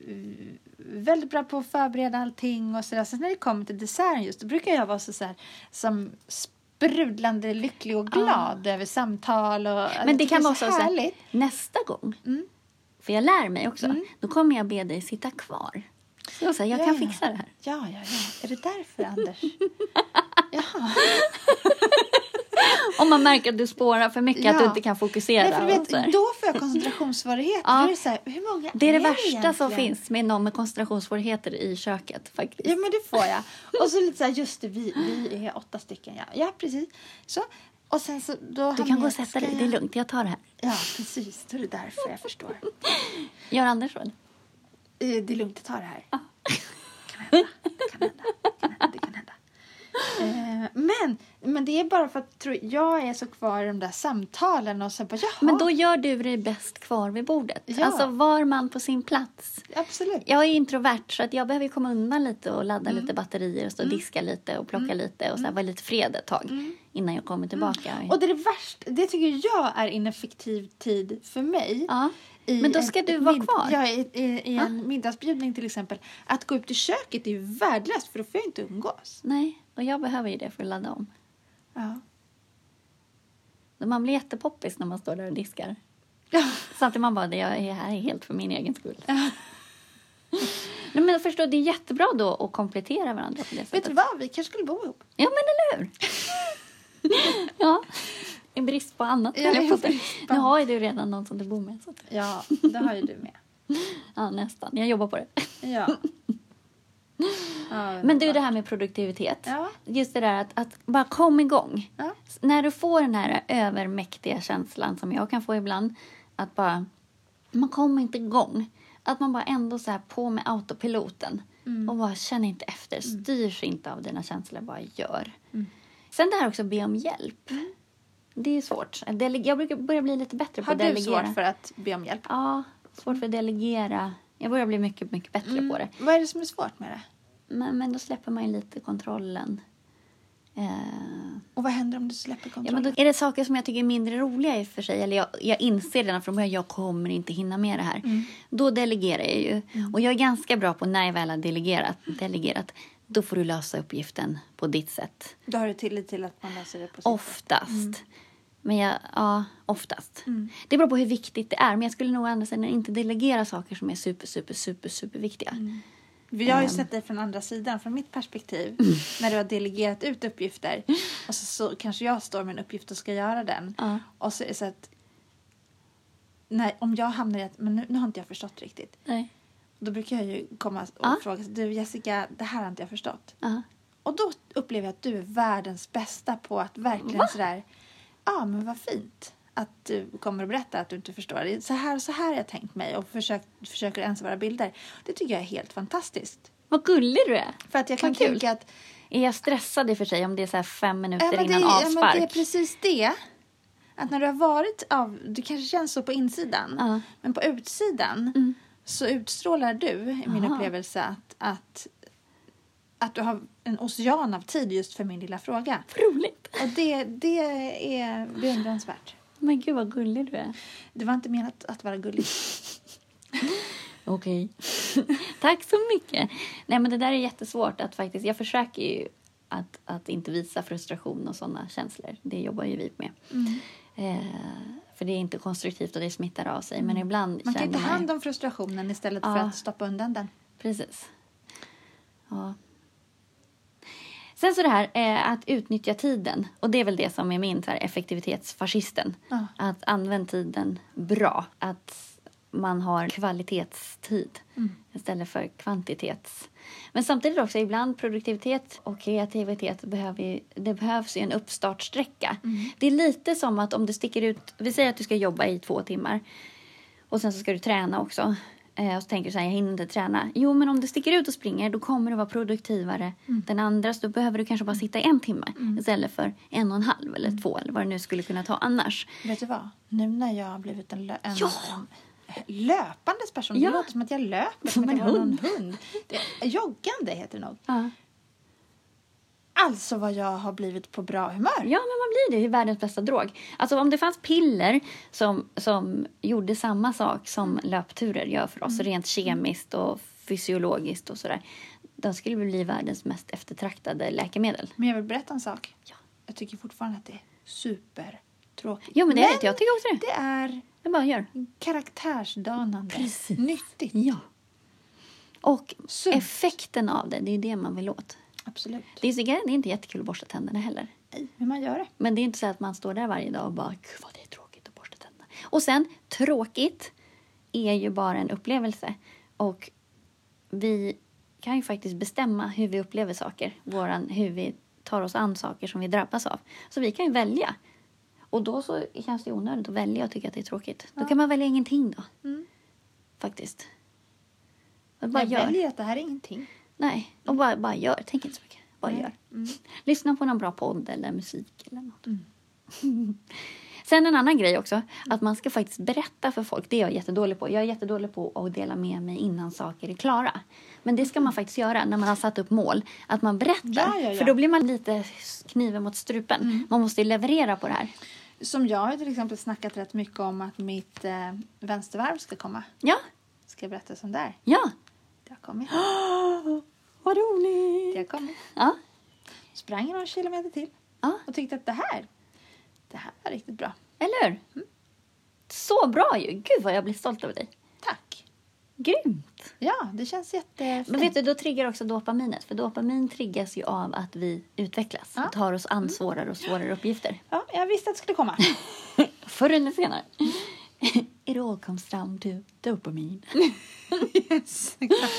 Speaker 2: väldigt bra på att förbereda allting och sådär. Sen när det kommer till desserten just, då brukar jag vara så, så här, som sprudlande lycklig och glad över samtal och...
Speaker 1: Men det
Speaker 2: jag tycker
Speaker 1: kan
Speaker 2: är
Speaker 1: vara så, så här,
Speaker 2: härligt. Mm.
Speaker 1: nästa gång, för jag lär mig också, då kommer jag be dig sitta kvar. Så, så här, jag
Speaker 2: Ja,
Speaker 1: kan
Speaker 2: ja.
Speaker 1: fixa det här.
Speaker 2: Ja, ja, ja. Är det därför, Anders? Jaha.
Speaker 1: Om man märker att du spårar för mycket, att du
Speaker 2: Ja.
Speaker 1: inte kan fokusera.
Speaker 2: Nej, för du
Speaker 1: och så här.
Speaker 2: vet, då får jag koncentrationssvårigheter.
Speaker 1: Ja.
Speaker 2: Då är det, så här, hur många
Speaker 1: det är det
Speaker 2: är
Speaker 1: värsta som
Speaker 2: egentligen?
Speaker 1: finns med någon med koncentrationssvårigheter i köket faktiskt.
Speaker 2: Ja, men det får jag. Och så lite så här, just det, vi, vi är åtta stycken. Ja, ja precis. Så. Och sen så, då
Speaker 1: du
Speaker 2: hamnar
Speaker 1: kan gå
Speaker 2: jag-
Speaker 1: och sätta
Speaker 2: ska
Speaker 1: dig, det är lugnt, jag tar det här.
Speaker 2: Jag, ja, precis. Då är det därför jag förstår.
Speaker 1: Gör Andersson.
Speaker 2: Eh, Det är lugnt, jag tar det här. Det kan hända. Det kan hända. Det kan hända. Eh, Men, men det är bara för att tror, jag är så kvar i de där samtalen och sen bara, jaha,
Speaker 1: Men då gör du dig bäst kvar vid bordet.
Speaker 2: Ja.
Speaker 1: Alltså var man på sin plats.
Speaker 2: absolut.
Speaker 1: Jag är introvert så att jag behöver komma undan lite och ladda
Speaker 2: Mm.
Speaker 1: lite batterier och stå och diska lite och plocka lite och så här, vara lite fred ett tag innan jag kommer tillbaka.
Speaker 2: Mm. Och det är det värsta, det tycker jag är ineffektiv tid för mig.
Speaker 1: Ja.
Speaker 2: I
Speaker 1: Men då ska
Speaker 2: ett-
Speaker 1: du
Speaker 2: ett
Speaker 1: vara
Speaker 2: mid-
Speaker 1: kvar.
Speaker 2: Ja, i, i, i en middagsbjudning till exempel. Att gå ut i köket är ju värdelöst för då får jag inte umgås.
Speaker 1: Nej, och jag behöver ju det för att ladda om.
Speaker 2: Ja.
Speaker 1: Man blir jättepoppis när man står där och diskar.
Speaker 2: Ja.
Speaker 1: Så att man bara, jag är här helt för min egen skull. Nej, men förstå, det är jättebra då att komplettera varandra på det
Speaker 2: Vet du
Speaker 1: sättet.
Speaker 2: vad, vi kanske skulle bo ihop.
Speaker 1: Ja, men eller hur? ja, i brist på annat.
Speaker 2: Ja,
Speaker 1: höll jag på
Speaker 2: i
Speaker 1: att säga.
Speaker 2: brist på
Speaker 1: nu
Speaker 2: annat.
Speaker 1: har ju du redan någon som du bor med. Så att...
Speaker 2: Ja, det har ju du med.
Speaker 1: Ja, nästan. Jag jobbar på det.
Speaker 2: Ja. ja
Speaker 1: Men du, det här med produktivitet.
Speaker 2: Ja.
Speaker 1: Just det där att, att bara kom igång.
Speaker 2: Ja.
Speaker 1: S- När du får den här övermäktiga känslan som jag kan få ibland, att bara, man kommer inte igång. Att man bara ändå så här på med autopiloten
Speaker 2: Mm.
Speaker 1: och bara känner inte efter, styrs inte av dina känslor, bara gör.
Speaker 2: Mm.
Speaker 1: Sen det här också be om hjälp. Det är svårt. Dele- jag brukar börja bli lite bättre på
Speaker 2: Har
Speaker 1: att
Speaker 2: du
Speaker 1: delegera.
Speaker 2: svårt för att be om hjälp?
Speaker 1: Ja, svårt för att delegera. Jag börjar bli mycket, mycket bättre
Speaker 2: Mm.
Speaker 1: på det.
Speaker 2: Vad är det som är svårt med det?
Speaker 1: Men, men då släpper man ju lite kontrollen. Eh,
Speaker 2: Och vad händer om du släpper
Speaker 1: Ja, men
Speaker 2: kontrollen?
Speaker 1: då är det saker som jag tycker är mindre roliga i och för sig. Eller jag, jag inser redan från början att jag kommer inte hinna med det här. Då delegerar jag ju. Och jag är ganska bra på när jag väl har delegerat, delegerat. Då får du lösa uppgiften på ditt sätt.
Speaker 2: Då har du tillit till att man löser det på sitt
Speaker 1: Oftast. Men jag, ja, oftast. Det beror på hur viktigt det är. Men jag skulle nog å andra sidan inte delegera saker som är super, super, super, super viktiga.
Speaker 2: Vi har ju sett dig från andra sidan, från mitt perspektiv. När du har delegerat ut uppgifter. Och så, så kanske jag står med en uppgift och ska göra den.
Speaker 1: Ja.
Speaker 2: Och så är det så att... Nej, om jag hamnar i att men nu, nu har inte jag förstått riktigt.
Speaker 1: Nej.
Speaker 2: Då brukar jag ju komma och
Speaker 1: Ja.
Speaker 2: fråga. Du Jessica, det här har inte jag förstått.
Speaker 1: Ja.
Speaker 2: Och då upplever jag att du är världens bästa på att verkligen
Speaker 1: Va?
Speaker 2: sådär... Ja, men vad fint att du kommer att berätta att du inte förstår. Det är Så här så här har jag tänkt mig och försökt, försöker ens vara bilder. Det tycker jag är helt fantastiskt.
Speaker 1: Vad gullig du är.
Speaker 2: För att jag kan
Speaker 1: Vad kul.
Speaker 2: tänka att
Speaker 1: Är jag stressad i och för sig om det är så här fem
Speaker 2: ja,
Speaker 1: minuter
Speaker 2: men det,
Speaker 1: innan
Speaker 2: ja, men
Speaker 1: avspark?
Speaker 2: det är precis det. Att när du har varit av, det kanske känns så på insidan,
Speaker 1: Ja. Mm.
Speaker 2: men på utsidan så utstrålar du, i min
Speaker 1: Aha.
Speaker 2: upplevelse, att, att, att du har en ocean av tid just för min lilla fråga.
Speaker 1: Roligt.
Speaker 2: Och det, det är beundransvärt.
Speaker 1: Men gud vad gullig du är.
Speaker 2: Det var inte menat att vara gullig.
Speaker 1: Okej. Tack så mycket. Nej men det där är jättesvårt att faktiskt, jag försöker ju att, att inte visa frustration och sådana känslor. Det jobbar ju vi med.
Speaker 2: Mm.
Speaker 1: Eh, för det är inte konstruktivt och det smittar av sig. Men ibland
Speaker 2: Mm. Man kan ju
Speaker 1: känner
Speaker 2: ta
Speaker 1: man ju-
Speaker 2: hand om frustrationen istället för
Speaker 1: Ja.
Speaker 2: att stoppa undan den.
Speaker 1: Precis. Ja. Sen så det här eh, att utnyttja tiden. Och det är väl det som är min så här, effektivitetsfascisten.
Speaker 2: Ja.
Speaker 1: Att använda tiden bra. Att man har kvalitetstid istället för kvantitets. Men samtidigt också ibland produktivitet och kreativitet behöver ju, det behövs ju en uppstartsträcka. Det är lite som att om du sticker ut, vi säger att du ska jobba i två timmar. Och sen så ska du träna också. Eh, och så tänker du så här, jag hinner inte träna. Jo, men om du sticker ut och springer då kommer du vara produktivare den andra. Så då behöver du kanske bara sitta en timme istället för en och en halv eller två eller vad det nu skulle kunna ta annars.
Speaker 2: Vet du vad? Nu när jag har blivit en, lö- en,
Speaker 1: Ja!
Speaker 2: en löpandes person.
Speaker 1: Ja.
Speaker 2: Det låter som att jag löper.
Speaker 1: Som
Speaker 2: Som att
Speaker 1: en
Speaker 2: jag var någon
Speaker 1: hund.
Speaker 2: hund. Det, joggande heter det nog.
Speaker 1: Ja.
Speaker 2: Alltså vad jag har blivit på bra humör.
Speaker 1: ja, men man blir det. Det är världens bästa drog. Alltså om det fanns piller som, som gjorde samma sak som löpturer gör för oss rent kemiskt och fysiologiskt och sådär. De skulle bli världens mest eftertraktade läkemedel.
Speaker 2: Men jag vill berätta en sak.
Speaker 1: Ja.
Speaker 2: Jag tycker fortfarande att det är supertråkigt.
Speaker 1: Jo, men det är
Speaker 2: Men
Speaker 1: rätt. Jag tycker också det.
Speaker 2: Det är
Speaker 1: Jag bara gör.
Speaker 2: karaktärsdanande.
Speaker 1: Precis.
Speaker 2: Nyttigt.
Speaker 1: Ja. Och
Speaker 2: Sunt.
Speaker 1: effekten av det, det är ju det man vill åt.
Speaker 2: Absolut.
Speaker 1: Det är, så, det är inte jättekul att borsta tänderna heller.
Speaker 2: Nej, men man gör det.
Speaker 1: Men det är inte så att man står där varje dag och bara gud vad det är tråkigt att borsta tänderna. Och sen, tråkigt är ju bara en upplevelse. Och vi kan ju faktiskt bestämma hur vi upplever saker. Våran, hur vi tar oss an saker som vi drabbas av. Så vi kan ju välja. Och då så känns det onödigt att välja och tycka att det är tråkigt. Då kan man välja ingenting då.
Speaker 2: Mm.
Speaker 1: Faktiskt. Och bara
Speaker 2: jag
Speaker 1: gör.
Speaker 2: väljer att det här är ingenting.
Speaker 1: Nej, och bara, bara gör. Tänk inte så mycket. Bara
Speaker 2: Nej.
Speaker 1: gör.
Speaker 2: Mm.
Speaker 1: Lyssna på någon bra podd eller musik eller något.
Speaker 2: Mm.
Speaker 1: Sen en annan grej också, att man ska faktiskt berätta för folk. Det är jag jättedålig på. Jag är jättedålig på att dela med mig innan saker är klara. Men det ska man faktiskt göra när man har satt upp mål. Att man berättar.
Speaker 2: Ja, ja, Mm. ja.
Speaker 1: För då blir man lite kniven mot strupen. Man måste ju leverera på det här.
Speaker 2: Som jag har till exempel snackat rätt mycket om att mitt eh, vänstervarv ska komma.
Speaker 1: Ja,
Speaker 2: Ska jag berätta som där?
Speaker 1: ja.
Speaker 2: Det har kommit.
Speaker 1: Vad
Speaker 2: Det
Speaker 1: roligt!
Speaker 2: har kommit.
Speaker 1: Ja,
Speaker 2: Sprang några kilometer till
Speaker 1: ja.
Speaker 2: och tyckte att det här, det här var riktigt bra.
Speaker 1: eller hur?
Speaker 2: Mm.
Speaker 1: Så bra ju! Gud vad jag blir stolt över dig.
Speaker 2: Tack!
Speaker 1: Grymt!
Speaker 2: Ja, det känns jättefint.
Speaker 1: Men vet du, då triggar också dopaminet. För dopamin triggas ju av att vi utvecklas.
Speaker 2: Ja. Mm.
Speaker 1: Och tar oss an svårare och svårare uppgifter.
Speaker 2: Ja, jag visste att det skulle komma.
Speaker 1: Förr eller senare. It all comes down to dopamin.
Speaker 2: Yes, exakt.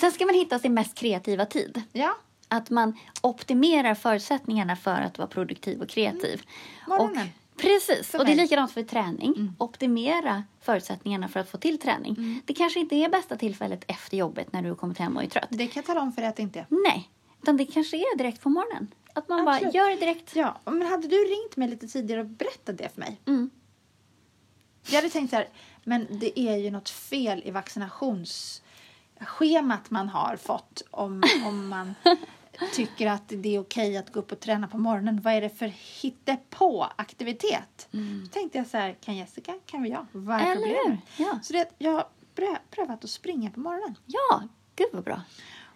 Speaker 1: Sen ska man hitta sin mest kreativa tid.
Speaker 2: Ja,
Speaker 1: Att man optimerar förutsättningarna för att vara produktiv och kreativ.
Speaker 2: Mm. Morgonen.
Speaker 1: Och, precis,
Speaker 2: För
Speaker 1: och det är
Speaker 2: mig. Mm.
Speaker 1: likadant för träning. Optimera förutsättningarna för att få till träning. Det kanske inte är bästa tillfället efter jobbet när du har kommit hem och är trött.
Speaker 2: det kan jag tala om för dig att det inte är.
Speaker 1: Nej, utan det kanske är direkt på morgonen. Att man
Speaker 2: Absolut.
Speaker 1: bara gör det direkt.
Speaker 2: Ja, men hade du ringt mig lite tidigare och berättat det för mig?
Speaker 1: Mm.
Speaker 2: Jag hade tänkt så här, men det är ju något fel i vaccinationsschemat man har fått om, om man tycker att det är okej att gå upp och träna på morgonen. Vad är det för hittepå-aktivitet? Då tänkte jag så här, kan Jessica, kan vi jag? Vad är
Speaker 1: Mm. Eller hur?
Speaker 2: problemet?
Speaker 1: Ja.
Speaker 2: Så det, jag har prö- prövat att springa på morgonen
Speaker 1: ja, gud vad bra.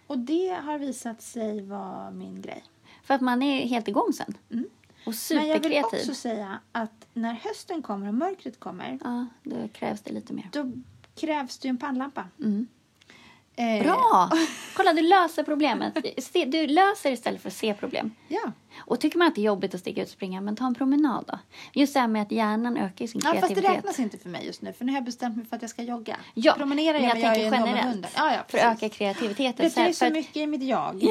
Speaker 2: och det har visat sig vara min grej.
Speaker 1: För att man är helt igång sen.
Speaker 2: Mm.
Speaker 1: Och
Speaker 2: Men jag vill
Speaker 1: superkreativ.
Speaker 2: också säga att när hösten kommer och mörkret kommer
Speaker 1: Ja, då krävs det lite mer.
Speaker 2: då krävs det ju en pannlampa.
Speaker 1: Mm.
Speaker 2: Eh,
Speaker 1: Bra! Kolla, du löser problemet. Se- Du löser istället för att se problem.
Speaker 2: Ja.
Speaker 1: Och tycker man att det är jobbigt att stiga ut och springa, men ta en promenad då. Just det här med att hjärnan ökar ju sin
Speaker 2: Ja, fast det
Speaker 1: kreativitet.
Speaker 2: räknas inte för mig just nu, för nu har jag bestämt mig för att jag ska jogga.
Speaker 1: Ja,
Speaker 2: Promenerar
Speaker 1: men jag
Speaker 2: men
Speaker 1: tänker
Speaker 2: är en dom och
Speaker 1: generellt.
Speaker 2: hundar. Ja, ja,
Speaker 1: för att
Speaker 2: precis.
Speaker 1: öka kreativiteten.
Speaker 2: Det
Speaker 1: Så här,
Speaker 2: finns
Speaker 1: för
Speaker 2: så
Speaker 1: att-
Speaker 2: mycket i mitt jag.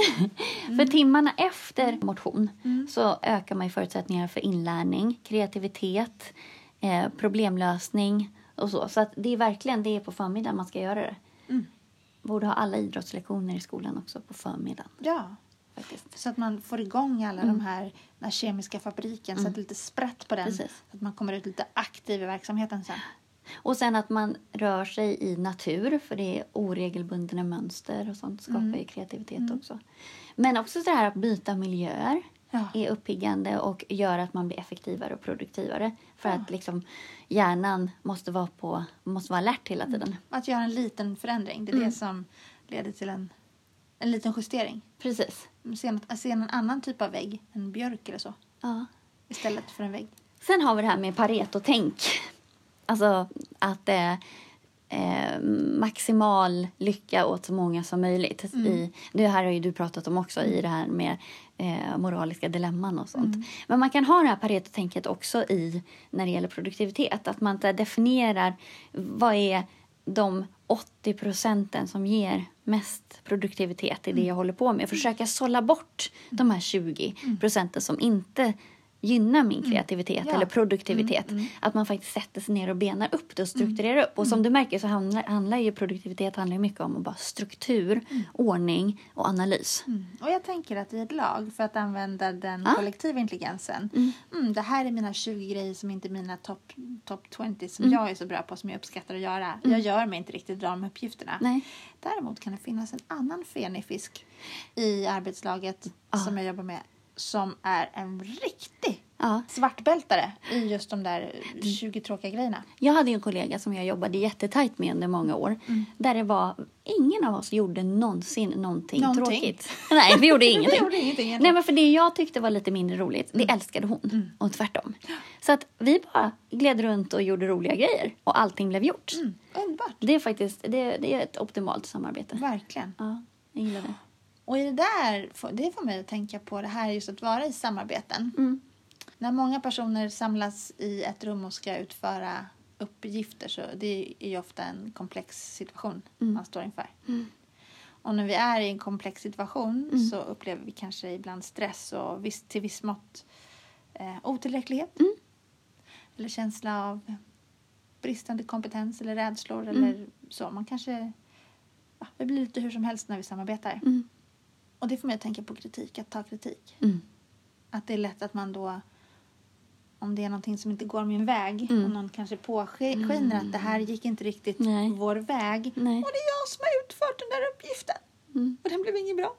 Speaker 1: För timmarna efter motion så ökar man ju förutsättningarna för inlärning, kreativitet, eh, problemlösning och så. Så att det är verkligen det är på förmiddagen man ska göra det.
Speaker 2: Mm.
Speaker 1: Borde ha alla idrottslektioner i skolan också på förmiddagen.
Speaker 2: Ja,
Speaker 1: Faktiskt.
Speaker 2: så att man får igång alla
Speaker 1: Mm.
Speaker 2: de här, den här kemiska fabriken, så att det är lite sprätt på den.
Speaker 1: Precis.
Speaker 2: Så att man kommer ut lite aktiv i verksamheten sen.
Speaker 1: Och sen att man rör sig i natur, för det är oregelbundna mönster och sånt skapar ju kreativitet också. Men också så här att byta miljöer
Speaker 2: Ja.
Speaker 1: är uppiggande och gör att man blir effektivare och produktivare. För att liksom hjärnan måste vara, på, måste vara alert hela tiden.
Speaker 2: Att göra en liten förändring, det är
Speaker 1: Mm.
Speaker 2: det som leder till en, en liten justering.
Speaker 1: Precis.
Speaker 2: Se, något, se en annan typ av vägg, en björk eller så,
Speaker 1: Ja.
Speaker 2: istället för en vägg.
Speaker 1: Sen har vi det här med paretotänk. Alltså att eh, eh, maximal lycka åt så många som möjligt. I, det här har ju du pratat om också i det här med eh, moraliska dilemman och sånt. Men man kan ha det här paretotänket också i när det gäller produktivitet. Att man inte definierar vad är de 80 procenten som ger mest produktivitet i det jag håller på med. Försöka sålla bort de här 20 procenten som inte gynnar min kreativitet
Speaker 2: Ja. Mm,
Speaker 1: eller produktivitet. Att man faktiskt sätter sig ner och benar upp det och strukturerar upp. Och
Speaker 2: mm.
Speaker 1: som du märker så handlar, handlar ju produktivitet handlar ju mycket om att bara struktur,
Speaker 2: Mm.
Speaker 1: ordning och analys.
Speaker 2: Och jag tänker att i ett lag, för att använda den
Speaker 1: Ja.
Speaker 2: kollektiva intelligensen. Mm. det här är mina 20 grejer som inte är mina top, top 20 som jag är så bra på, som jag uppskattar att göra. Jag gör mig inte riktigt bra med uppgifterna.
Speaker 1: Nej.
Speaker 2: Däremot kan det finnas en annan fenefisk i arbetslaget som jag jobbar med som är en riktig
Speaker 1: Ja.
Speaker 2: svartbältare i just de där 20 tråkiga grejerna.
Speaker 1: Jag hade ju en kollega som jag jobbade jättetajt med under många år.
Speaker 2: Mm.
Speaker 1: Där det var, ingen av oss gjorde någonsin någonting,
Speaker 2: Någonting.
Speaker 1: tråkigt. Nej, vi gjorde ingenting.
Speaker 2: gjorde ingenting Mm. egentligen.
Speaker 1: Nej, men för det jag tyckte var lite mindre roligt, det älskade hon. Och tvärtom. Så att vi bara gled runt och gjorde roliga grejer och allting blev gjort.
Speaker 2: Mm. Underbart,
Speaker 1: Det är faktiskt det, det är ett optimalt samarbete.
Speaker 2: verkligen.
Speaker 1: Ja, jag gillar det.
Speaker 2: Och i det där, får- det får mig att tänka på det här just att vara i samarbeten.
Speaker 1: Mm.
Speaker 2: När många personer samlas i ett rum och ska utföra uppgifter så det är ju ofta en komplex situation man står inför. Och när vi är i en komplex situation så upplever vi kanske ibland stress och viss, till viss mått eh, otillräcklighet. Eller känsla av bristande kompetens eller rädslor eller så. Man kanske... Ja, vi blir lite hur som helst när vi samarbetar.
Speaker 1: Mm.
Speaker 2: Och det får mig att tänka på kritik, att ta kritik.
Speaker 1: Mm.
Speaker 2: Att det är lätt att man då, om det är någonting som inte går min väg
Speaker 1: Mm.
Speaker 2: och någon kanske påskiner att det här gick inte riktigt
Speaker 1: Nej.
Speaker 2: vår väg
Speaker 1: Nej.
Speaker 2: och det är jag som har utfört den där uppgiften
Speaker 1: Mm.
Speaker 2: och den blev ingen bra.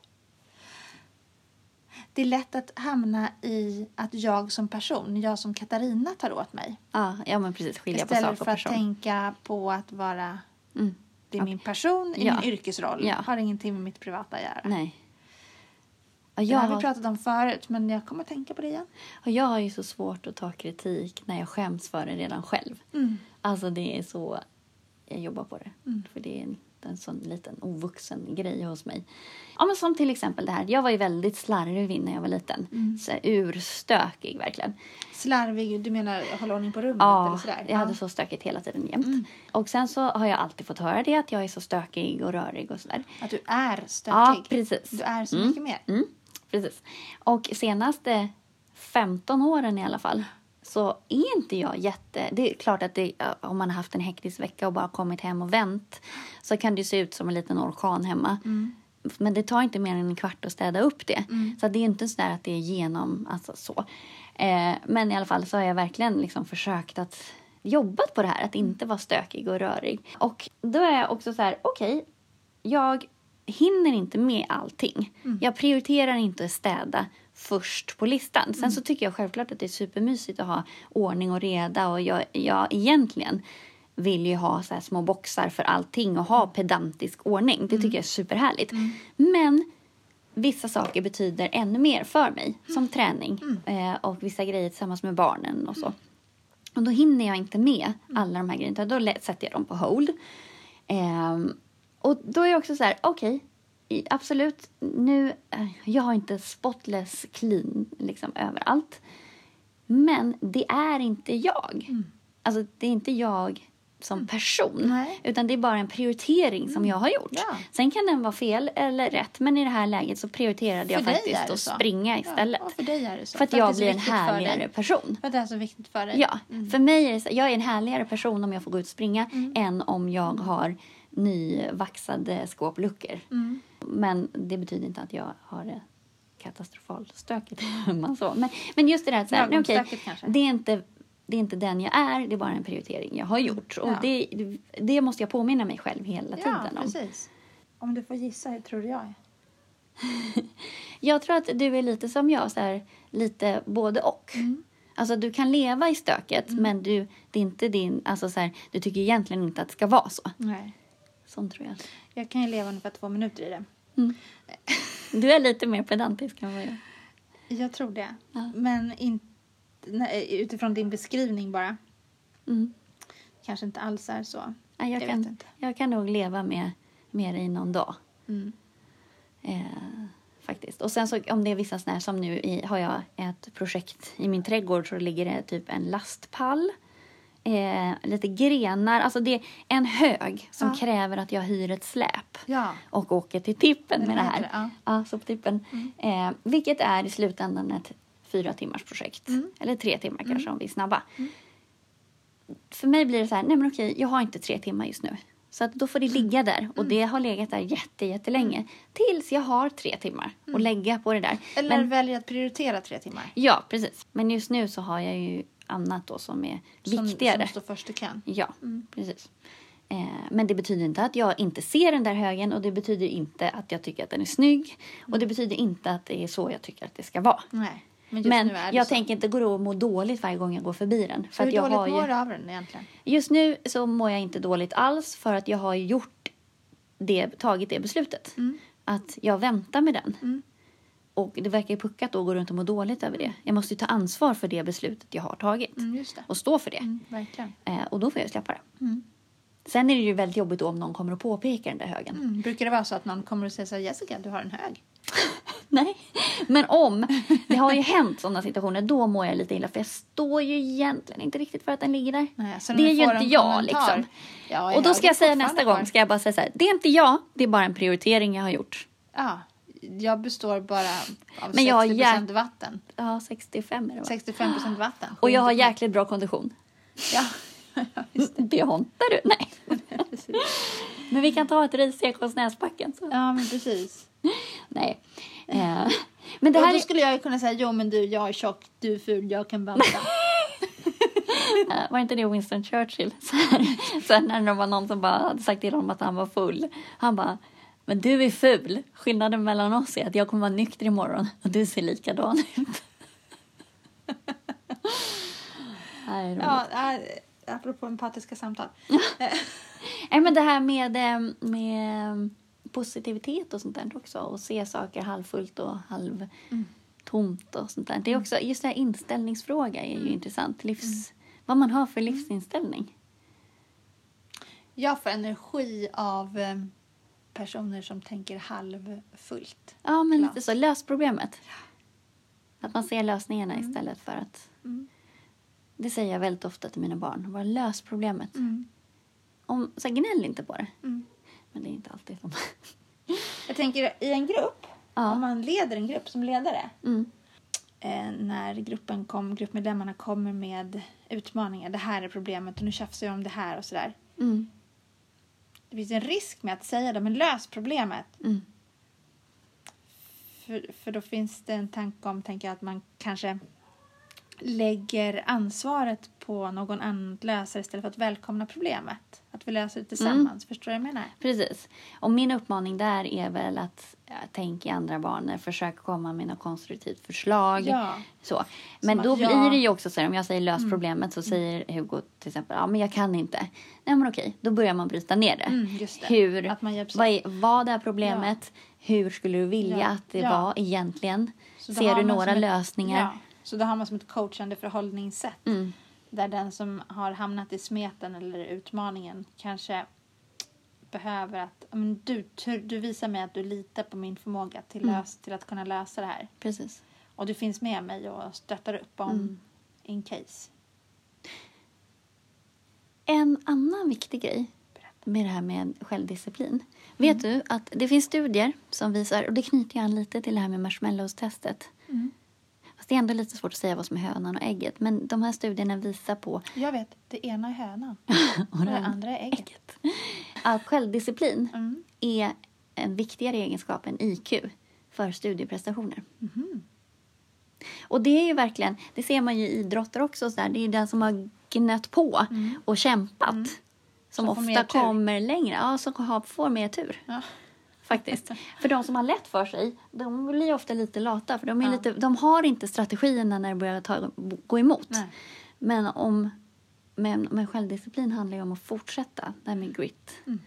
Speaker 2: Det är lätt att hamna i att jag som person, jag som Katarina tar åt mig
Speaker 1: Ja, ja, men precis. Skilja på
Speaker 2: istället
Speaker 1: sak och
Speaker 2: för att
Speaker 1: person.
Speaker 2: tänka på att vara,
Speaker 1: Mm.
Speaker 2: det är min person i
Speaker 1: Ja.
Speaker 2: min yrkesroll,
Speaker 1: Ja.
Speaker 2: har ingenting med mitt privata att göra.
Speaker 1: Nej. Ja,
Speaker 2: Det
Speaker 1: jag,
Speaker 2: har vi
Speaker 1: har,
Speaker 2: pratat om förut, men jag kommer att tänka på det igen.
Speaker 1: och jag har ju så svårt att ta kritik när jag
Speaker 2: Mm.
Speaker 1: skäms för det redan själv. Alltså det är så jag jobbar på det. För det är en en sån liten ovuxen grej hos mig. Ja, men som till exempel det här. Jag var ju väldigt slarvig när jag var liten.
Speaker 2: Mm.
Speaker 1: Så här, urstökig verkligen.
Speaker 2: Slarvig, du menar hålla ordning på rummet? eller
Speaker 1: Ja,
Speaker 2: sådär? Mm.
Speaker 1: jag hade så stökigt hela tiden jämt. Och sen så har jag alltid fått höra det att jag är så stökig och rörig och sådär.
Speaker 2: Att du är stökig?
Speaker 1: Ja, precis.
Speaker 2: Du är så mycket mer?
Speaker 1: Mm, precis. Och senaste 15 åren i alla fall så är inte jag jätte... Det är klart att det, om man har haft en hektisk vecka och bara kommit hem och vänt så kan det ju se ut som en liten orkan hemma. Men det tar inte mer än en kvart att städa upp det. Så det är inte så där att det är genom... Alltså så. Eh, men i alla fall så har jag verkligen liksom försökt att jobbat på det här, att inte vara stökig och rörig. Och då är jag också så här, okej, jag hinner inte med allting. Jag prioriterar inte att städa först på listan. Sen så tycker jag självklart att det är supermysigt att ha ordning och reda och jag, jag egentligen vill ju ha så här små boxar för allting och ha pedantisk ordning. Det tycker jag är superhärligt. Men vissa saker betyder ännu mer för mig, som träning eh, och vissa grejer tillsammans med barnen och så. Och då hinner jag inte med alla de här grejerna. utan Då lä- sätter jag dem på hold. Ehm, och då är jag också så här, okej, i- absolut, nu, eh, jag har inte spotless clean liksom överallt. Men det är inte jag.
Speaker 2: Mm.
Speaker 1: Alltså det är inte jag som person.
Speaker 2: Nej. Mm.
Speaker 1: Utan det är bara en prioritering som jag har gjort.
Speaker 2: Ja.
Speaker 1: Sen kan den vara fel eller rätt. Men i det här läget så prioriterade jag
Speaker 2: För dig är
Speaker 1: faktiskt
Speaker 2: det
Speaker 1: att
Speaker 2: så.
Speaker 1: springa istället.
Speaker 2: Ja, ja, för dig är det så.
Speaker 1: För att
Speaker 2: För att det är
Speaker 1: jag
Speaker 2: så
Speaker 1: blir en
Speaker 2: viktigt för dig.
Speaker 1: härligare person.
Speaker 2: För att det är så viktigt för dig?
Speaker 1: Ja, för mig är det så, jag är en härligare person om jag får gå ut och springa
Speaker 2: Mm.
Speaker 1: än om jag har nyvaxade skåpluckor.
Speaker 2: Mm.
Speaker 1: Men det betyder inte att jag har det katastrofalt stökigt. om man så. Men, men just det där att så här, nej,
Speaker 2: Lagom
Speaker 1: okej,
Speaker 2: stökigt kanske.
Speaker 1: det, är inte, det är inte den jag är, det är bara en prioritering jag har gjort. Och
Speaker 2: Mm. Ja.
Speaker 1: det, det måste jag påminna mig själv hela
Speaker 2: ja
Speaker 1: tiden om.
Speaker 2: precis. Om du får gissa, hur tror du jag är?
Speaker 1: Jag tror att du är lite som jag, så här, lite både och. Alltså du kan leva i stöket men du, det är inte din, alltså så här, du tycker egentligen inte att det ska vara så.
Speaker 2: Nej.
Speaker 1: Sånt tror jag.
Speaker 2: Jag kan ju leva ungefär två minuter i det.
Speaker 1: Du är lite mer pedantisk än vad jag är.
Speaker 2: Jag tror det.
Speaker 1: Ja.
Speaker 2: Men inte nej, utifrån din beskrivning bara.
Speaker 1: Mm.
Speaker 2: Kanske inte alls är så.
Speaker 1: Ja, jag,
Speaker 2: Jag vet
Speaker 1: kan,
Speaker 2: inte.
Speaker 1: jag kan nog leva med, med dig någon dag.
Speaker 2: Mm.
Speaker 1: Eh, faktiskt. Och sen så om det är vissa såna här som nu i, har jag ett projekt i min trädgård så ligger det typ en lastpall. Eh, lite grenar, alltså det är en hög som
Speaker 2: Ja.
Speaker 1: kräver att jag hyr ett släp.
Speaker 2: Ja.
Speaker 1: och åker till tippen
Speaker 2: Eller
Speaker 1: med det
Speaker 2: vad
Speaker 1: här.
Speaker 2: heter det? Mm.
Speaker 1: Ja, soptippen. Eh, vilket är i slutändan ett fyra timmars projekt.
Speaker 2: Mm.
Speaker 1: Eller tre timmar kanske om vi är snabba. För mig blir det så här, nej men okej, jag har inte tre timmar just nu. Så att då får det
Speaker 2: Mm.
Speaker 1: ligga där och det har legat där jätte, jättelänge. Tills jag har tre timmar att lägga på det där.
Speaker 2: Mm. Eller
Speaker 1: Men,
Speaker 2: väljer att prioritera tre timmar.
Speaker 1: ja, precis. Men just nu så har jag ju annat då som är
Speaker 2: Som,
Speaker 1: viktigare.
Speaker 2: som står Mm. först i kön.
Speaker 1: Ja, precis. Eh, men det betyder inte att jag inte ser den där högen och det betyder inte att jag tycker att den är snygg. Och det betyder inte att det är så jag tycker att det ska vara.
Speaker 2: Nej. Mm. Men just
Speaker 1: men
Speaker 2: nu är det
Speaker 1: jag
Speaker 2: så.
Speaker 1: tänker inte gå och må dåligt varje gång jag går förbi den. För
Speaker 2: För
Speaker 1: att
Speaker 2: hur
Speaker 1: jag
Speaker 2: dåligt
Speaker 1: har
Speaker 2: mår
Speaker 1: ju,
Speaker 2: du av den egentligen?
Speaker 1: just nu så mår jag inte dåligt alls för att jag har ju gjort det, tagit det beslutet.
Speaker 2: Mm.
Speaker 1: Att jag väntar med den. Och det verkar ju puckat då att gå runt och må dåligt över det. Jag måste ju ta ansvar för det beslutet jag har tagit.
Speaker 2: Mm, just det.
Speaker 1: Och stå för det.
Speaker 2: Mm, verkligen.
Speaker 1: Eh, och då får jag ju släppa det.
Speaker 2: Mm.
Speaker 1: Sen är det ju väldigt jobbigt då om någon kommer och påpekar den där högen.
Speaker 2: Mm. Brukar det vara så att någon kommer och säger så här, Jessica, du har en hög?
Speaker 1: Nej, men om. Det har ju hänt sådana situationer. Då mår jag lite illa för jag står ju egentligen inte riktigt för att den ligger där.
Speaker 2: Nej, så
Speaker 1: det
Speaker 2: när
Speaker 1: är
Speaker 2: man
Speaker 1: ju
Speaker 2: får
Speaker 1: inte
Speaker 2: en
Speaker 1: jag
Speaker 2: kommentar,
Speaker 1: liksom.
Speaker 2: "Ja,
Speaker 1: och då
Speaker 2: ja,
Speaker 1: ska
Speaker 2: det är
Speaker 1: jag säga nästa
Speaker 2: fortfarande kvar."
Speaker 1: gång, ska jag bara säga så här. Det är inte jag, det är bara en prioritering jag har gjort.
Speaker 2: Ja, jag består bara av
Speaker 1: Men jag har
Speaker 2: 60
Speaker 1: jäk-
Speaker 2: vatten.
Speaker 1: Ja, 65 är det va?
Speaker 2: 65 procent vatten.
Speaker 1: Och jag har
Speaker 2: Inte-
Speaker 1: jäkligt bra kondition.
Speaker 2: Ja.
Speaker 1: Det hontar du? Nej.
Speaker 2: precis.
Speaker 1: Men vi kan ta ett ris i Ekåsnäsbacken. Så.
Speaker 2: ja, men precis.
Speaker 1: Nej. Eh, Men det
Speaker 2: och
Speaker 1: här
Speaker 2: då
Speaker 1: är...
Speaker 2: skulle jag ju kunna säga, jo men du, jag är tjock, du är ful, jag kan banta.
Speaker 1: Eh, Var inte det Winston Churchill? Så här, så här, när det var någon som bara hade sagt till honom att han var full. Han bara, men du är ful. Skillnaden mellan oss är att jag kommer vara nykter imorgon och du ser likadan ut. Nej, det var
Speaker 2: ja, nej, apropå empatiska samtal.
Speaker 1: Nej, men det här med, eh, med eh, positivitet och sånt där också. Och se saker halvfullt och halvtomt och sånt där. Det är också, just den här inställningsfrågan är ju intressant. Livs, Vad man har för livsinställning.
Speaker 2: Jag får energi av eh, personer som tänker halvfullt.
Speaker 1: Ja, men
Speaker 2: Klart.
Speaker 1: lite så. Lös problemet. Att man ser lösningarna istället för att...
Speaker 2: Mm.
Speaker 1: Det säger jag väldigt ofta till mina barn. Bara lös problemet. Om, så här, gnäll inte på det.
Speaker 2: Mm.
Speaker 1: Men det är inte alltid som...
Speaker 2: Jag tänker i en grupp,
Speaker 1: Ja.
Speaker 2: om man leder en grupp som ledare,
Speaker 1: Mm.
Speaker 2: eh, när gruppen kom, gruppmedlemmarna kommer med utmaningar, det här är problemet och nu tjafsar vi om det här och sådär.
Speaker 1: Mm.
Speaker 2: Det finns en risk med att säga det, men lös problemet.
Speaker 1: Mm.
Speaker 2: För, för då finns det en tanke om, tänker jag, att man kanske lägger ansvaret på någon annan att lösa istället för att välkomna problemet. Att vi löser det tillsammans, förstår du vad jag menar?
Speaker 1: Precis. Och min uppmaning där är väl att ja, tänka i andra banor. Försök komma med något konstruktivt förslag.
Speaker 2: Ja.
Speaker 1: Så. Men
Speaker 2: att
Speaker 1: då
Speaker 2: jag- Mm.
Speaker 1: blir det ju också så här, om jag säger lös problemet så säger Hugo till exempel, ja men jag kan inte. Nej men okej, då börjar man bryta ner det.
Speaker 2: Mm, just det.
Speaker 1: Hur,
Speaker 2: Att man hjälps
Speaker 1: vad, är, vad är problemet? Hur skulle du vilja
Speaker 2: Ja.
Speaker 1: att det
Speaker 2: Ja.
Speaker 1: var egentligen?
Speaker 2: Så då
Speaker 1: Ser
Speaker 2: har
Speaker 1: du
Speaker 2: man
Speaker 1: några
Speaker 2: som ett-
Speaker 1: lösningar?
Speaker 2: Ja, så då har man som ett coachande förhållningssätt.
Speaker 1: Mm.
Speaker 2: Där den som har hamnat i smeten eller utmaningen kanske behöver att ja, men du, tur- du visar mig att du litar på min förmåga till,
Speaker 1: Mm.
Speaker 2: lös, till att kunna lösa det här.
Speaker 1: Precis.
Speaker 2: Och du finns med mig och stöttar upp om
Speaker 1: Mm.
Speaker 2: in case.
Speaker 1: En annan viktig grej
Speaker 2: Berätta.
Speaker 1: med det här med självdisciplin. Vet
Speaker 2: Mm.
Speaker 1: du att det finns studier som visar, och det knyter jag an lite till det här med marshmallows-testet.
Speaker 2: Mm.
Speaker 1: Fast det är ändå lite svårt att säga vad som är hönan och ägget. Men de här studierna visar på
Speaker 2: Jag vet, det ena är hönan
Speaker 1: och det
Speaker 2: och det
Speaker 1: andra
Speaker 2: andra är ägget.
Speaker 1: ägget. Att självdisciplin
Speaker 2: Mm.
Speaker 1: är en viktigare egenskap än IQ för studieprestationer.
Speaker 2: Mm-hmm.
Speaker 1: Och det är ju verkligen, det ser man ju i idrotter också, så där. det är den som har gnött på och kämpat som,
Speaker 2: Mm. Som får mer
Speaker 1: ofta
Speaker 2: tur.
Speaker 1: kommer längre, ja, som har, får mer tur.
Speaker 2: Ja.
Speaker 1: Faktiskt. För de som har lätt för sig, de blir ofta lite lata för de, är
Speaker 2: Ja.
Speaker 1: lite, de har inte strategierna när det börjar ta, gå emot.
Speaker 2: Nej.
Speaker 1: Men, om, men, men självdisciplin handlar ju om att fortsätta, det här med grit.
Speaker 2: Mm.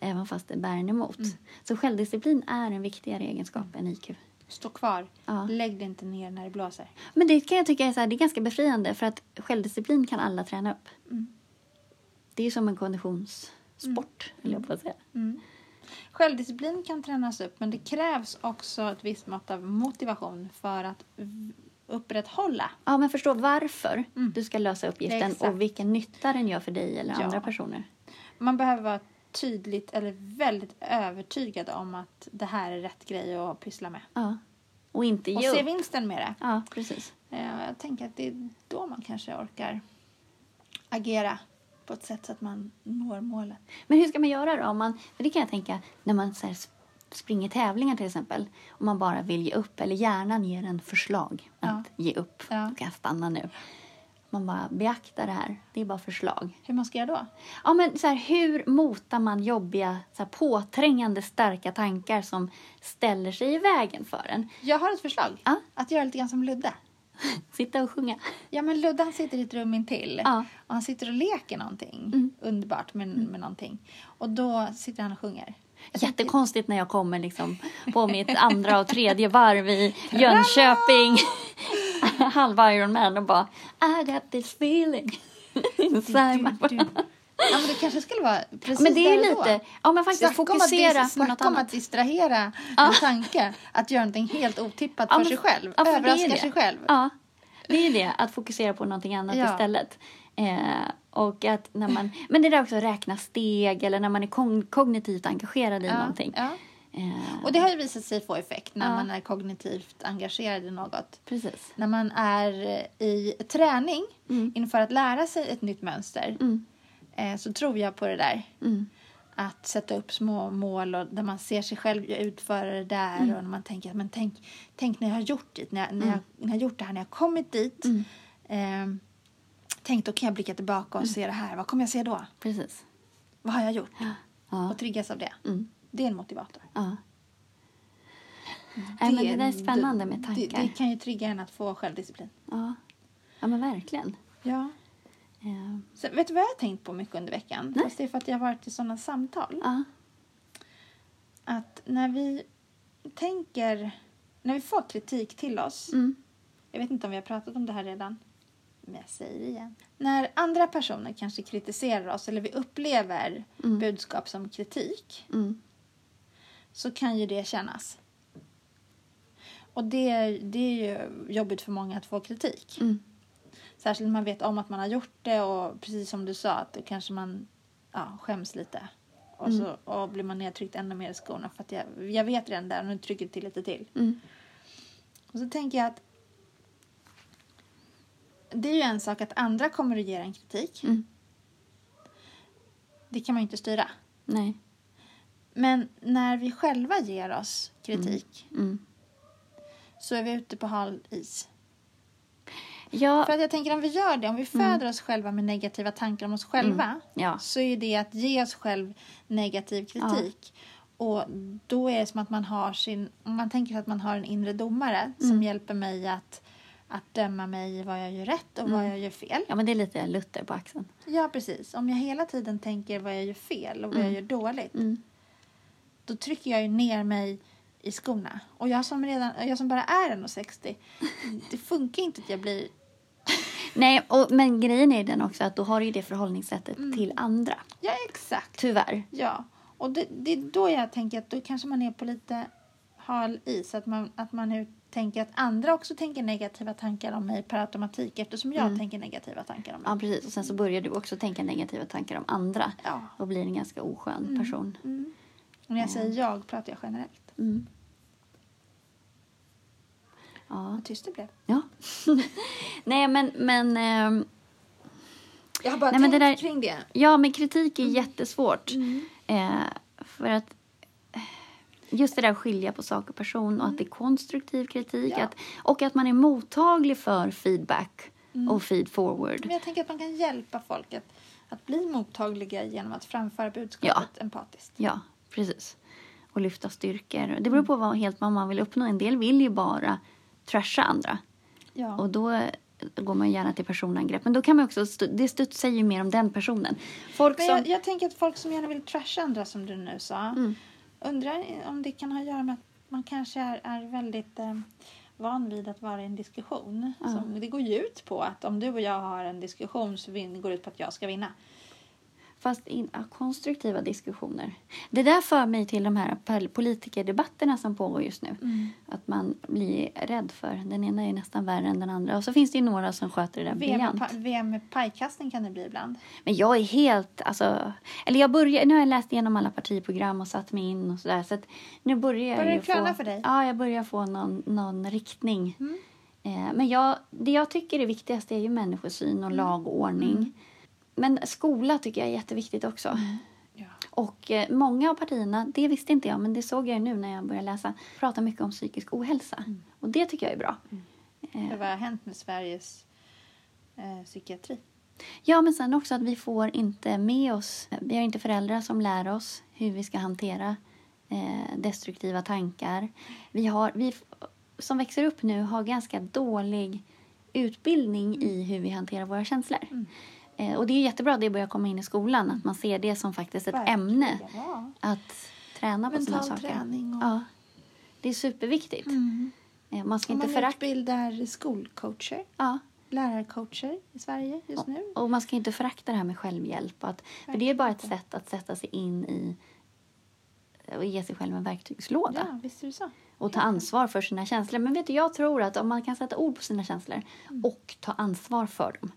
Speaker 1: Även fast det bär en emot. Så självdisciplin är en viktigare egenskap än IQ.
Speaker 2: Stå kvar,
Speaker 1: Ja.
Speaker 2: lägg dig inte ner när det blåser.
Speaker 1: Men det kan jag tycka är, så här, det är ganska befriande för att självdisciplin kan alla träna upp.
Speaker 2: Mm.
Speaker 1: Det är ju som en
Speaker 2: Mm.
Speaker 1: konditionssport, höll jag på att säga.
Speaker 2: Självdisciplin kan tränas upp men det krävs också ett visst mått av motivation för att v- upprätthålla.
Speaker 1: Ja, men förstå varför du ska lösa
Speaker 2: Det är
Speaker 1: uppgiften
Speaker 2: Mm. exakt.
Speaker 1: och vilken nytta den gör för dig eller
Speaker 2: Ja.
Speaker 1: andra personer.
Speaker 2: Man behöver vara tydligt eller väldigt övertygad om att det här är rätt grej att pyssla med.
Speaker 1: Ja. Och inte
Speaker 2: Och
Speaker 1: ge
Speaker 2: se
Speaker 1: upp.
Speaker 2: vinsten med det.
Speaker 1: Ja, precis.
Speaker 2: Eh, Jag tänker att det är då man kanske orkar agera på ett sätt så att man når målet.
Speaker 1: Men hur ska man göra då? Om man, för det kan jag tänka när man så här sp- springer tävlingar till exempel. Om man bara vill ge upp eller hjärnan ger en förslag att ge upp.
Speaker 2: Ja.
Speaker 1: Då kan jag stanna nu. Man bara beaktar det här. Det är bara förslag.
Speaker 2: Hur man ska göra då?
Speaker 1: Ja, men så här, hur motar man jobbiga, så här, påträngande starka tankar som ställer sig i vägen för en?
Speaker 2: Jag har ett förslag.
Speaker 1: Ja.
Speaker 2: Att göra lite grann som Ludde.
Speaker 1: Sitta och sjunga.
Speaker 2: Ja, men Ludde han sitter i ett rum intill
Speaker 1: Ja. Mm.
Speaker 2: och han sitter och leker någonting. Underbart med, med någonting. Och då sitter han och sjunger.
Speaker 1: Jättekonstigt när jag kommer liksom på mitt andra och tredje varv i Jönköping. Halva Ironman och bara I got this feeling. inside my
Speaker 2: Du, du, du. Ja, men det kanske skulle vara precis
Speaker 1: Men det är ju
Speaker 2: där och då.
Speaker 1: lite, ja men faktiskt
Speaker 2: Snacka om att dis-
Speaker 1: fokusera på något
Speaker 2: snacka om
Speaker 1: annat.
Speaker 2: att distrahera en tanke. Att göra någonting helt otippat
Speaker 1: Ja,
Speaker 2: för
Speaker 1: men-
Speaker 2: sig själv.
Speaker 1: ja, för det är
Speaker 2: Överraska
Speaker 1: det.
Speaker 2: sig själv.
Speaker 1: Ja, det är ju det, att fokusera på någonting annat
Speaker 2: Ja.
Speaker 1: istället. Eh, och att när man, men det där också att räkna steg eller när man är kogn- kognitivt engagerad i
Speaker 2: Ja,
Speaker 1: någonting.
Speaker 2: ja.
Speaker 1: Eh,
Speaker 2: Och det har ju visat sig få effekt när
Speaker 1: Ja.
Speaker 2: man är kognitivt engagerad i något.
Speaker 1: precis.
Speaker 2: När man är i träning inför att lära sig ett nytt mönster
Speaker 1: Mm.
Speaker 2: eh, så tror jag på det där.
Speaker 1: Mm.
Speaker 2: Att sätta upp små mål och där man ser sig själv utföra det där
Speaker 1: Mm.
Speaker 2: och när man tänker att men tänk, tänk när jag har gjort dit, när jag, när, jag, när jag har gjort det här, när jag har kommit dit.
Speaker 1: Mm.
Speaker 2: Eh, tänk då kan jag blicka tillbaka
Speaker 1: Mm.
Speaker 2: och se det här. Vad kommer jag se då?
Speaker 1: Precis.
Speaker 2: Vad har jag gjort?
Speaker 1: Ja.
Speaker 2: Och triggas av det.
Speaker 1: Mm.
Speaker 2: Det är en motivator.
Speaker 1: Ja. Nej, men det där är spännande med
Speaker 2: Mm. Det,
Speaker 1: tankar.
Speaker 2: det kan ju trigga en att få självdisciplin.
Speaker 1: Ja. ja, men verkligen.
Speaker 2: Ja.
Speaker 1: Eh,
Speaker 2: Sen, vet du vad jag har tänkt på mycket under veckan?
Speaker 1: Nej.
Speaker 2: Fast det är för att jag har varit i sådana samtal.
Speaker 1: Ja.
Speaker 2: Att när vi tänker... När vi får kritik till oss.
Speaker 1: Mm.
Speaker 2: Jag vet inte om vi har pratat om det här redan. Men jag säger det igen. När andra personer kanske kritiserar oss eller vi upplever
Speaker 1: Mm.
Speaker 2: budskap som kritik
Speaker 1: Mm.
Speaker 2: så kan ju det kännas. Och det, det är ju jobbigt för många att få kritik.
Speaker 1: Mm.
Speaker 2: Särskilt när man vet om att man har gjort det och precis som du sa att då kanske man ja, skäms lite. Och så och blir man nedtryckt ännu mer i skorna för att jag, jag vet redan där och nu trycker jag till lite till.
Speaker 1: Mm.
Speaker 2: Och så tänker jag att det är ju en sak att andra kommer att ge en kritik.
Speaker 1: Mm.
Speaker 2: Det kan man ju inte styra.
Speaker 1: Nej.
Speaker 2: Men när vi själva ger oss kritik
Speaker 1: Mm.
Speaker 2: så är vi ute på hal is. För
Speaker 1: Ja. Mm.
Speaker 2: att jag tänker om vi gör det, om vi föder oss själva med negativa tankar om oss själva
Speaker 1: Ja.
Speaker 2: så är det att ge oss själv negativ kritik. Och då är det som att man har sin, om man tänker sig att man har en inre domare
Speaker 1: Mm.
Speaker 2: som hjälper mig att, att döma mig i vad jag gör rätt och
Speaker 1: Mm.
Speaker 2: vad jag gör fel.
Speaker 1: ja, men det är lite Luther på axeln.
Speaker 2: Ja, precis. Om jag hela tiden tänker vad jag gör fel och vad jag gör dåligt
Speaker 1: Mm.
Speaker 2: då trycker jag ju ner mig i skorna. Och jag som, redan, jag som bara är 1,60, det funkar inte att jag blir...
Speaker 1: Nej, och, men grejen är ju den också att då har du ju det förhållningssättet
Speaker 2: Mm.
Speaker 1: till andra.
Speaker 2: Ja, exakt.
Speaker 1: Tyvärr.
Speaker 2: Ja, och det, det är då jag tänker att då kanske man är på lite hal is. Att man, att man nu tänker att andra också tänker negativa tankar om mig per automatik eftersom jag tänker negativa tankar om mig.
Speaker 1: Mm. Ja, precis. Och sen så börjar du också tänka negativa tankar om andra
Speaker 2: Ja.
Speaker 1: och blir en ganska oskön person.
Speaker 2: Mm. Och när jag säger jag pratar jag generellt.
Speaker 1: Mm. Ja.
Speaker 2: Vad tyst det blev.
Speaker 1: ja. Nej, men, men, ehm,
Speaker 2: Jag har bara
Speaker 1: Nej, men
Speaker 2: tänkt
Speaker 1: det där-
Speaker 2: kring det.
Speaker 1: ja, men kritik är jättesvårt. Eh, för att eh, just det där att skilja på sak och person och att det är konstruktiv kritik
Speaker 2: Ja.
Speaker 1: att, och att man är mottaglig för feedback och feed forward.
Speaker 2: Men jag tänker att man kan hjälpa folk att, att bli mottagliga genom att framföra budskapet empatiskt.
Speaker 1: Ja, precis. Och lyfta styrkor. Det beror på vad helt vad man vill uppnå. En del vill ju bara trasha andra.
Speaker 2: Ja.
Speaker 1: Och då eh, går man ju gärna till personangrepp. Men då kan man också, stu- det studsar ju mer om den personen. Folk
Speaker 2: Men
Speaker 1: som... Mm.
Speaker 2: jag, jag tänker att folk som gärna vill trasha andra som du nu sa. Undrar om det kan ha att göra med att man kanske är, är väldigt eh, van vid att vara i en diskussion. Som, det går ju ut på att om du och jag har en diskussion så vin, går det ut på att jag ska vinna.
Speaker 1: Fast in, ja, konstruktiva diskussioner. Det där för mig till de här pol- politikerdebatterna som pågår just nu.
Speaker 2: Mm.
Speaker 1: Att man blir rädd för. Den ena är nästan värre än den andra. Och så finns det ju några som sköter det där
Speaker 2: VM,
Speaker 1: briljant.
Speaker 2: pa, VM pajkastning kan det bli ibland.
Speaker 1: Men jag är helt, alltså... Eller jag börjar, nu har jag läst igenom alla partiprogram och satt mig in och sådär. Så att nu börjar jag
Speaker 2: Börjar
Speaker 1: ju
Speaker 2: det klarna
Speaker 1: få,
Speaker 2: för dig? Mm.
Speaker 1: Ja, jag börjar få någon, någon riktning. Eh, men jag, det jag tycker är viktigast är ju människosyn och
Speaker 2: Mm.
Speaker 1: lag och ordning. Men skola tycker jag är jätteviktigt också.
Speaker 2: Mm. Ja.
Speaker 1: Och eh, många av partierna, det visste inte jag, men det såg jag ju nu när jag började läsa, pratar mycket om psykisk ohälsa.
Speaker 2: Mm.
Speaker 1: Och det tycker jag är bra. Eh.
Speaker 2: För vad har hänt med Sveriges eh, psykiatri?
Speaker 1: Ja, men sen också att vi får inte med oss, vi har inte föräldrar som lär oss hur vi ska hantera eh, destruktiva tankar. Vi, har, vi f- som växer upp nu har ganska dålig utbildning
Speaker 2: Mm.
Speaker 1: i hur vi hanterar våra känslor. Eh, och det är jättebra att det börjar komma in i skolan, att man ser det som faktiskt ett
Speaker 2: Verkligen,
Speaker 1: ämne
Speaker 2: ja.
Speaker 1: att träna på sådana
Speaker 2: Mental
Speaker 1: saker.
Speaker 2: träning och-
Speaker 1: Ja, det är superviktigt.
Speaker 2: Mm.
Speaker 1: Eh, Man ska
Speaker 2: Och
Speaker 1: inte
Speaker 2: man
Speaker 1: förakta...
Speaker 2: utbildar skolcoacher,
Speaker 1: Ja,
Speaker 2: lärarcoacher i Sverige just nu.
Speaker 1: Och man ska inte förakta det här med självhjälp. och Att, för det är bara ett sätt att sätta sig in i och ge sig själv en verktygslåda
Speaker 2: Ja, visst är det så.
Speaker 1: och ta ansvar för sina känslor. Men vet du, jag tror att om man kan sätta ord på sina känslor
Speaker 2: Mm.
Speaker 1: och ta ansvar för dem,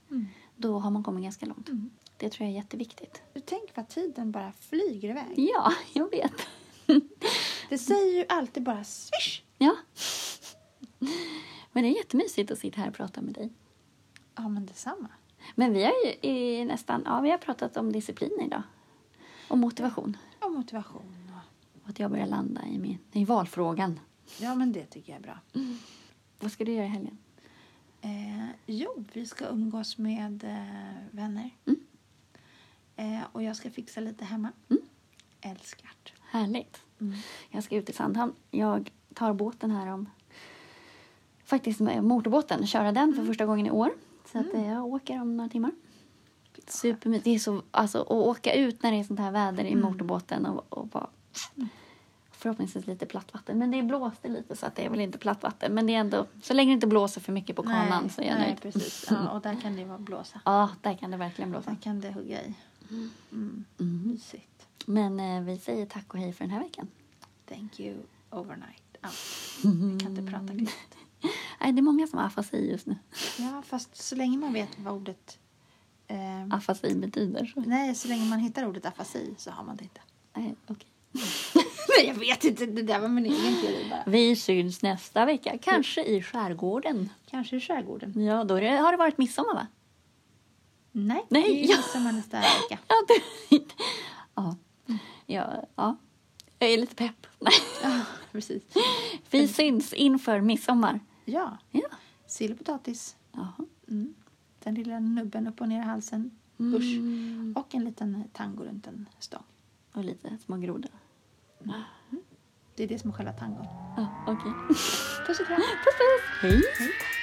Speaker 1: då har man kommit ganska långt.
Speaker 2: Mm.
Speaker 1: Det tror jag är jätteviktigt.
Speaker 2: Du tänk vad tiden bara flyger iväg.
Speaker 1: Ja, jag vet.
Speaker 2: Det säger ju alltid bara swish.
Speaker 1: Ja. Men det är jättemysigt att sitta här och prata med dig.
Speaker 2: Ja, men detsamma.
Speaker 1: Men vi har ju i nästan, ja, vi har pratat om disciplin idag. Och motivation.
Speaker 2: Och motivation. Och...
Speaker 1: Och att jag börjar landa i, min, i valfrågan.
Speaker 2: Ja, men det tycker jag är bra.
Speaker 1: Mm. Vad ska du göra i helgen?
Speaker 2: Eh, jo, vi ska umgås med eh, vänner.
Speaker 1: Mm.
Speaker 2: Eh, och jag ska fixa lite hemma. Älskar det.
Speaker 1: Härligt.
Speaker 2: Mm.
Speaker 1: Jag ska ut i Sandhamn. Jag tar båten här om... Faktiskt med motorbåten. Köra den
Speaker 2: Mm.
Speaker 1: för första gången i år. Så att eh, jag åker om några timmar. Supermysigt.
Speaker 2: Mm.
Speaker 1: Det är så... Alltså, att åka ut när det är sånt här väder i motorbåten och, och bara... förhoppningsvis lite platt vatten. Men det blåste lite så att det är väl inte platt vatten. Men det är ändå, så länge det inte blåser för mycket på kanan så är jag
Speaker 2: nej,
Speaker 1: nöjd.
Speaker 2: precis. Ja, och där kan det vara blåsa.
Speaker 1: Ja, där kan det verkligen blåsa.
Speaker 2: Där kan det hugga i. Mm.
Speaker 1: Mm.
Speaker 2: Mysigt.
Speaker 1: Men eh, vi säger tack och hej för den här veckan.
Speaker 2: Thank you overnight. Ja, jag kan inte prata klart.
Speaker 1: Nej, det är många som har afasi just nu.
Speaker 2: Ja, fast så länge man vet vad ordet... Eh,
Speaker 1: Afasi betyder så.
Speaker 2: Nej, så länge man hittar ordet afasi så har man det inte.
Speaker 1: Nej, okej.
Speaker 2: Nej, jag vet inte. Det där var min egen teori bara.
Speaker 1: Vi syns nästa vecka, kanske i skärgården.
Speaker 2: Kanske i skärgården.
Speaker 1: Ja, då är det, har det varit midsommar va?
Speaker 2: Nej,
Speaker 1: Nej,
Speaker 2: det är
Speaker 1: ja.
Speaker 2: midsommar nästa vecka.
Speaker 1: Ja, det, ja. ja, ja. Jag är lite pepp. Nej.
Speaker 2: Ja, precis.
Speaker 1: Vi syns inför midsommar.
Speaker 2: Ja,
Speaker 1: Ja.
Speaker 2: sill och potatis.
Speaker 1: Jaha.
Speaker 2: Mm. Den lilla nubben upp och ner i halsen. Usch.
Speaker 1: Mm.
Speaker 2: Och en liten tango runt en stång.
Speaker 1: Och lite små grodor.
Speaker 2: Det är det som är själva tangon.
Speaker 1: Ja, okej.
Speaker 2: Puss och kram.
Speaker 1: Puss, puss. Hej.
Speaker 2: Hej.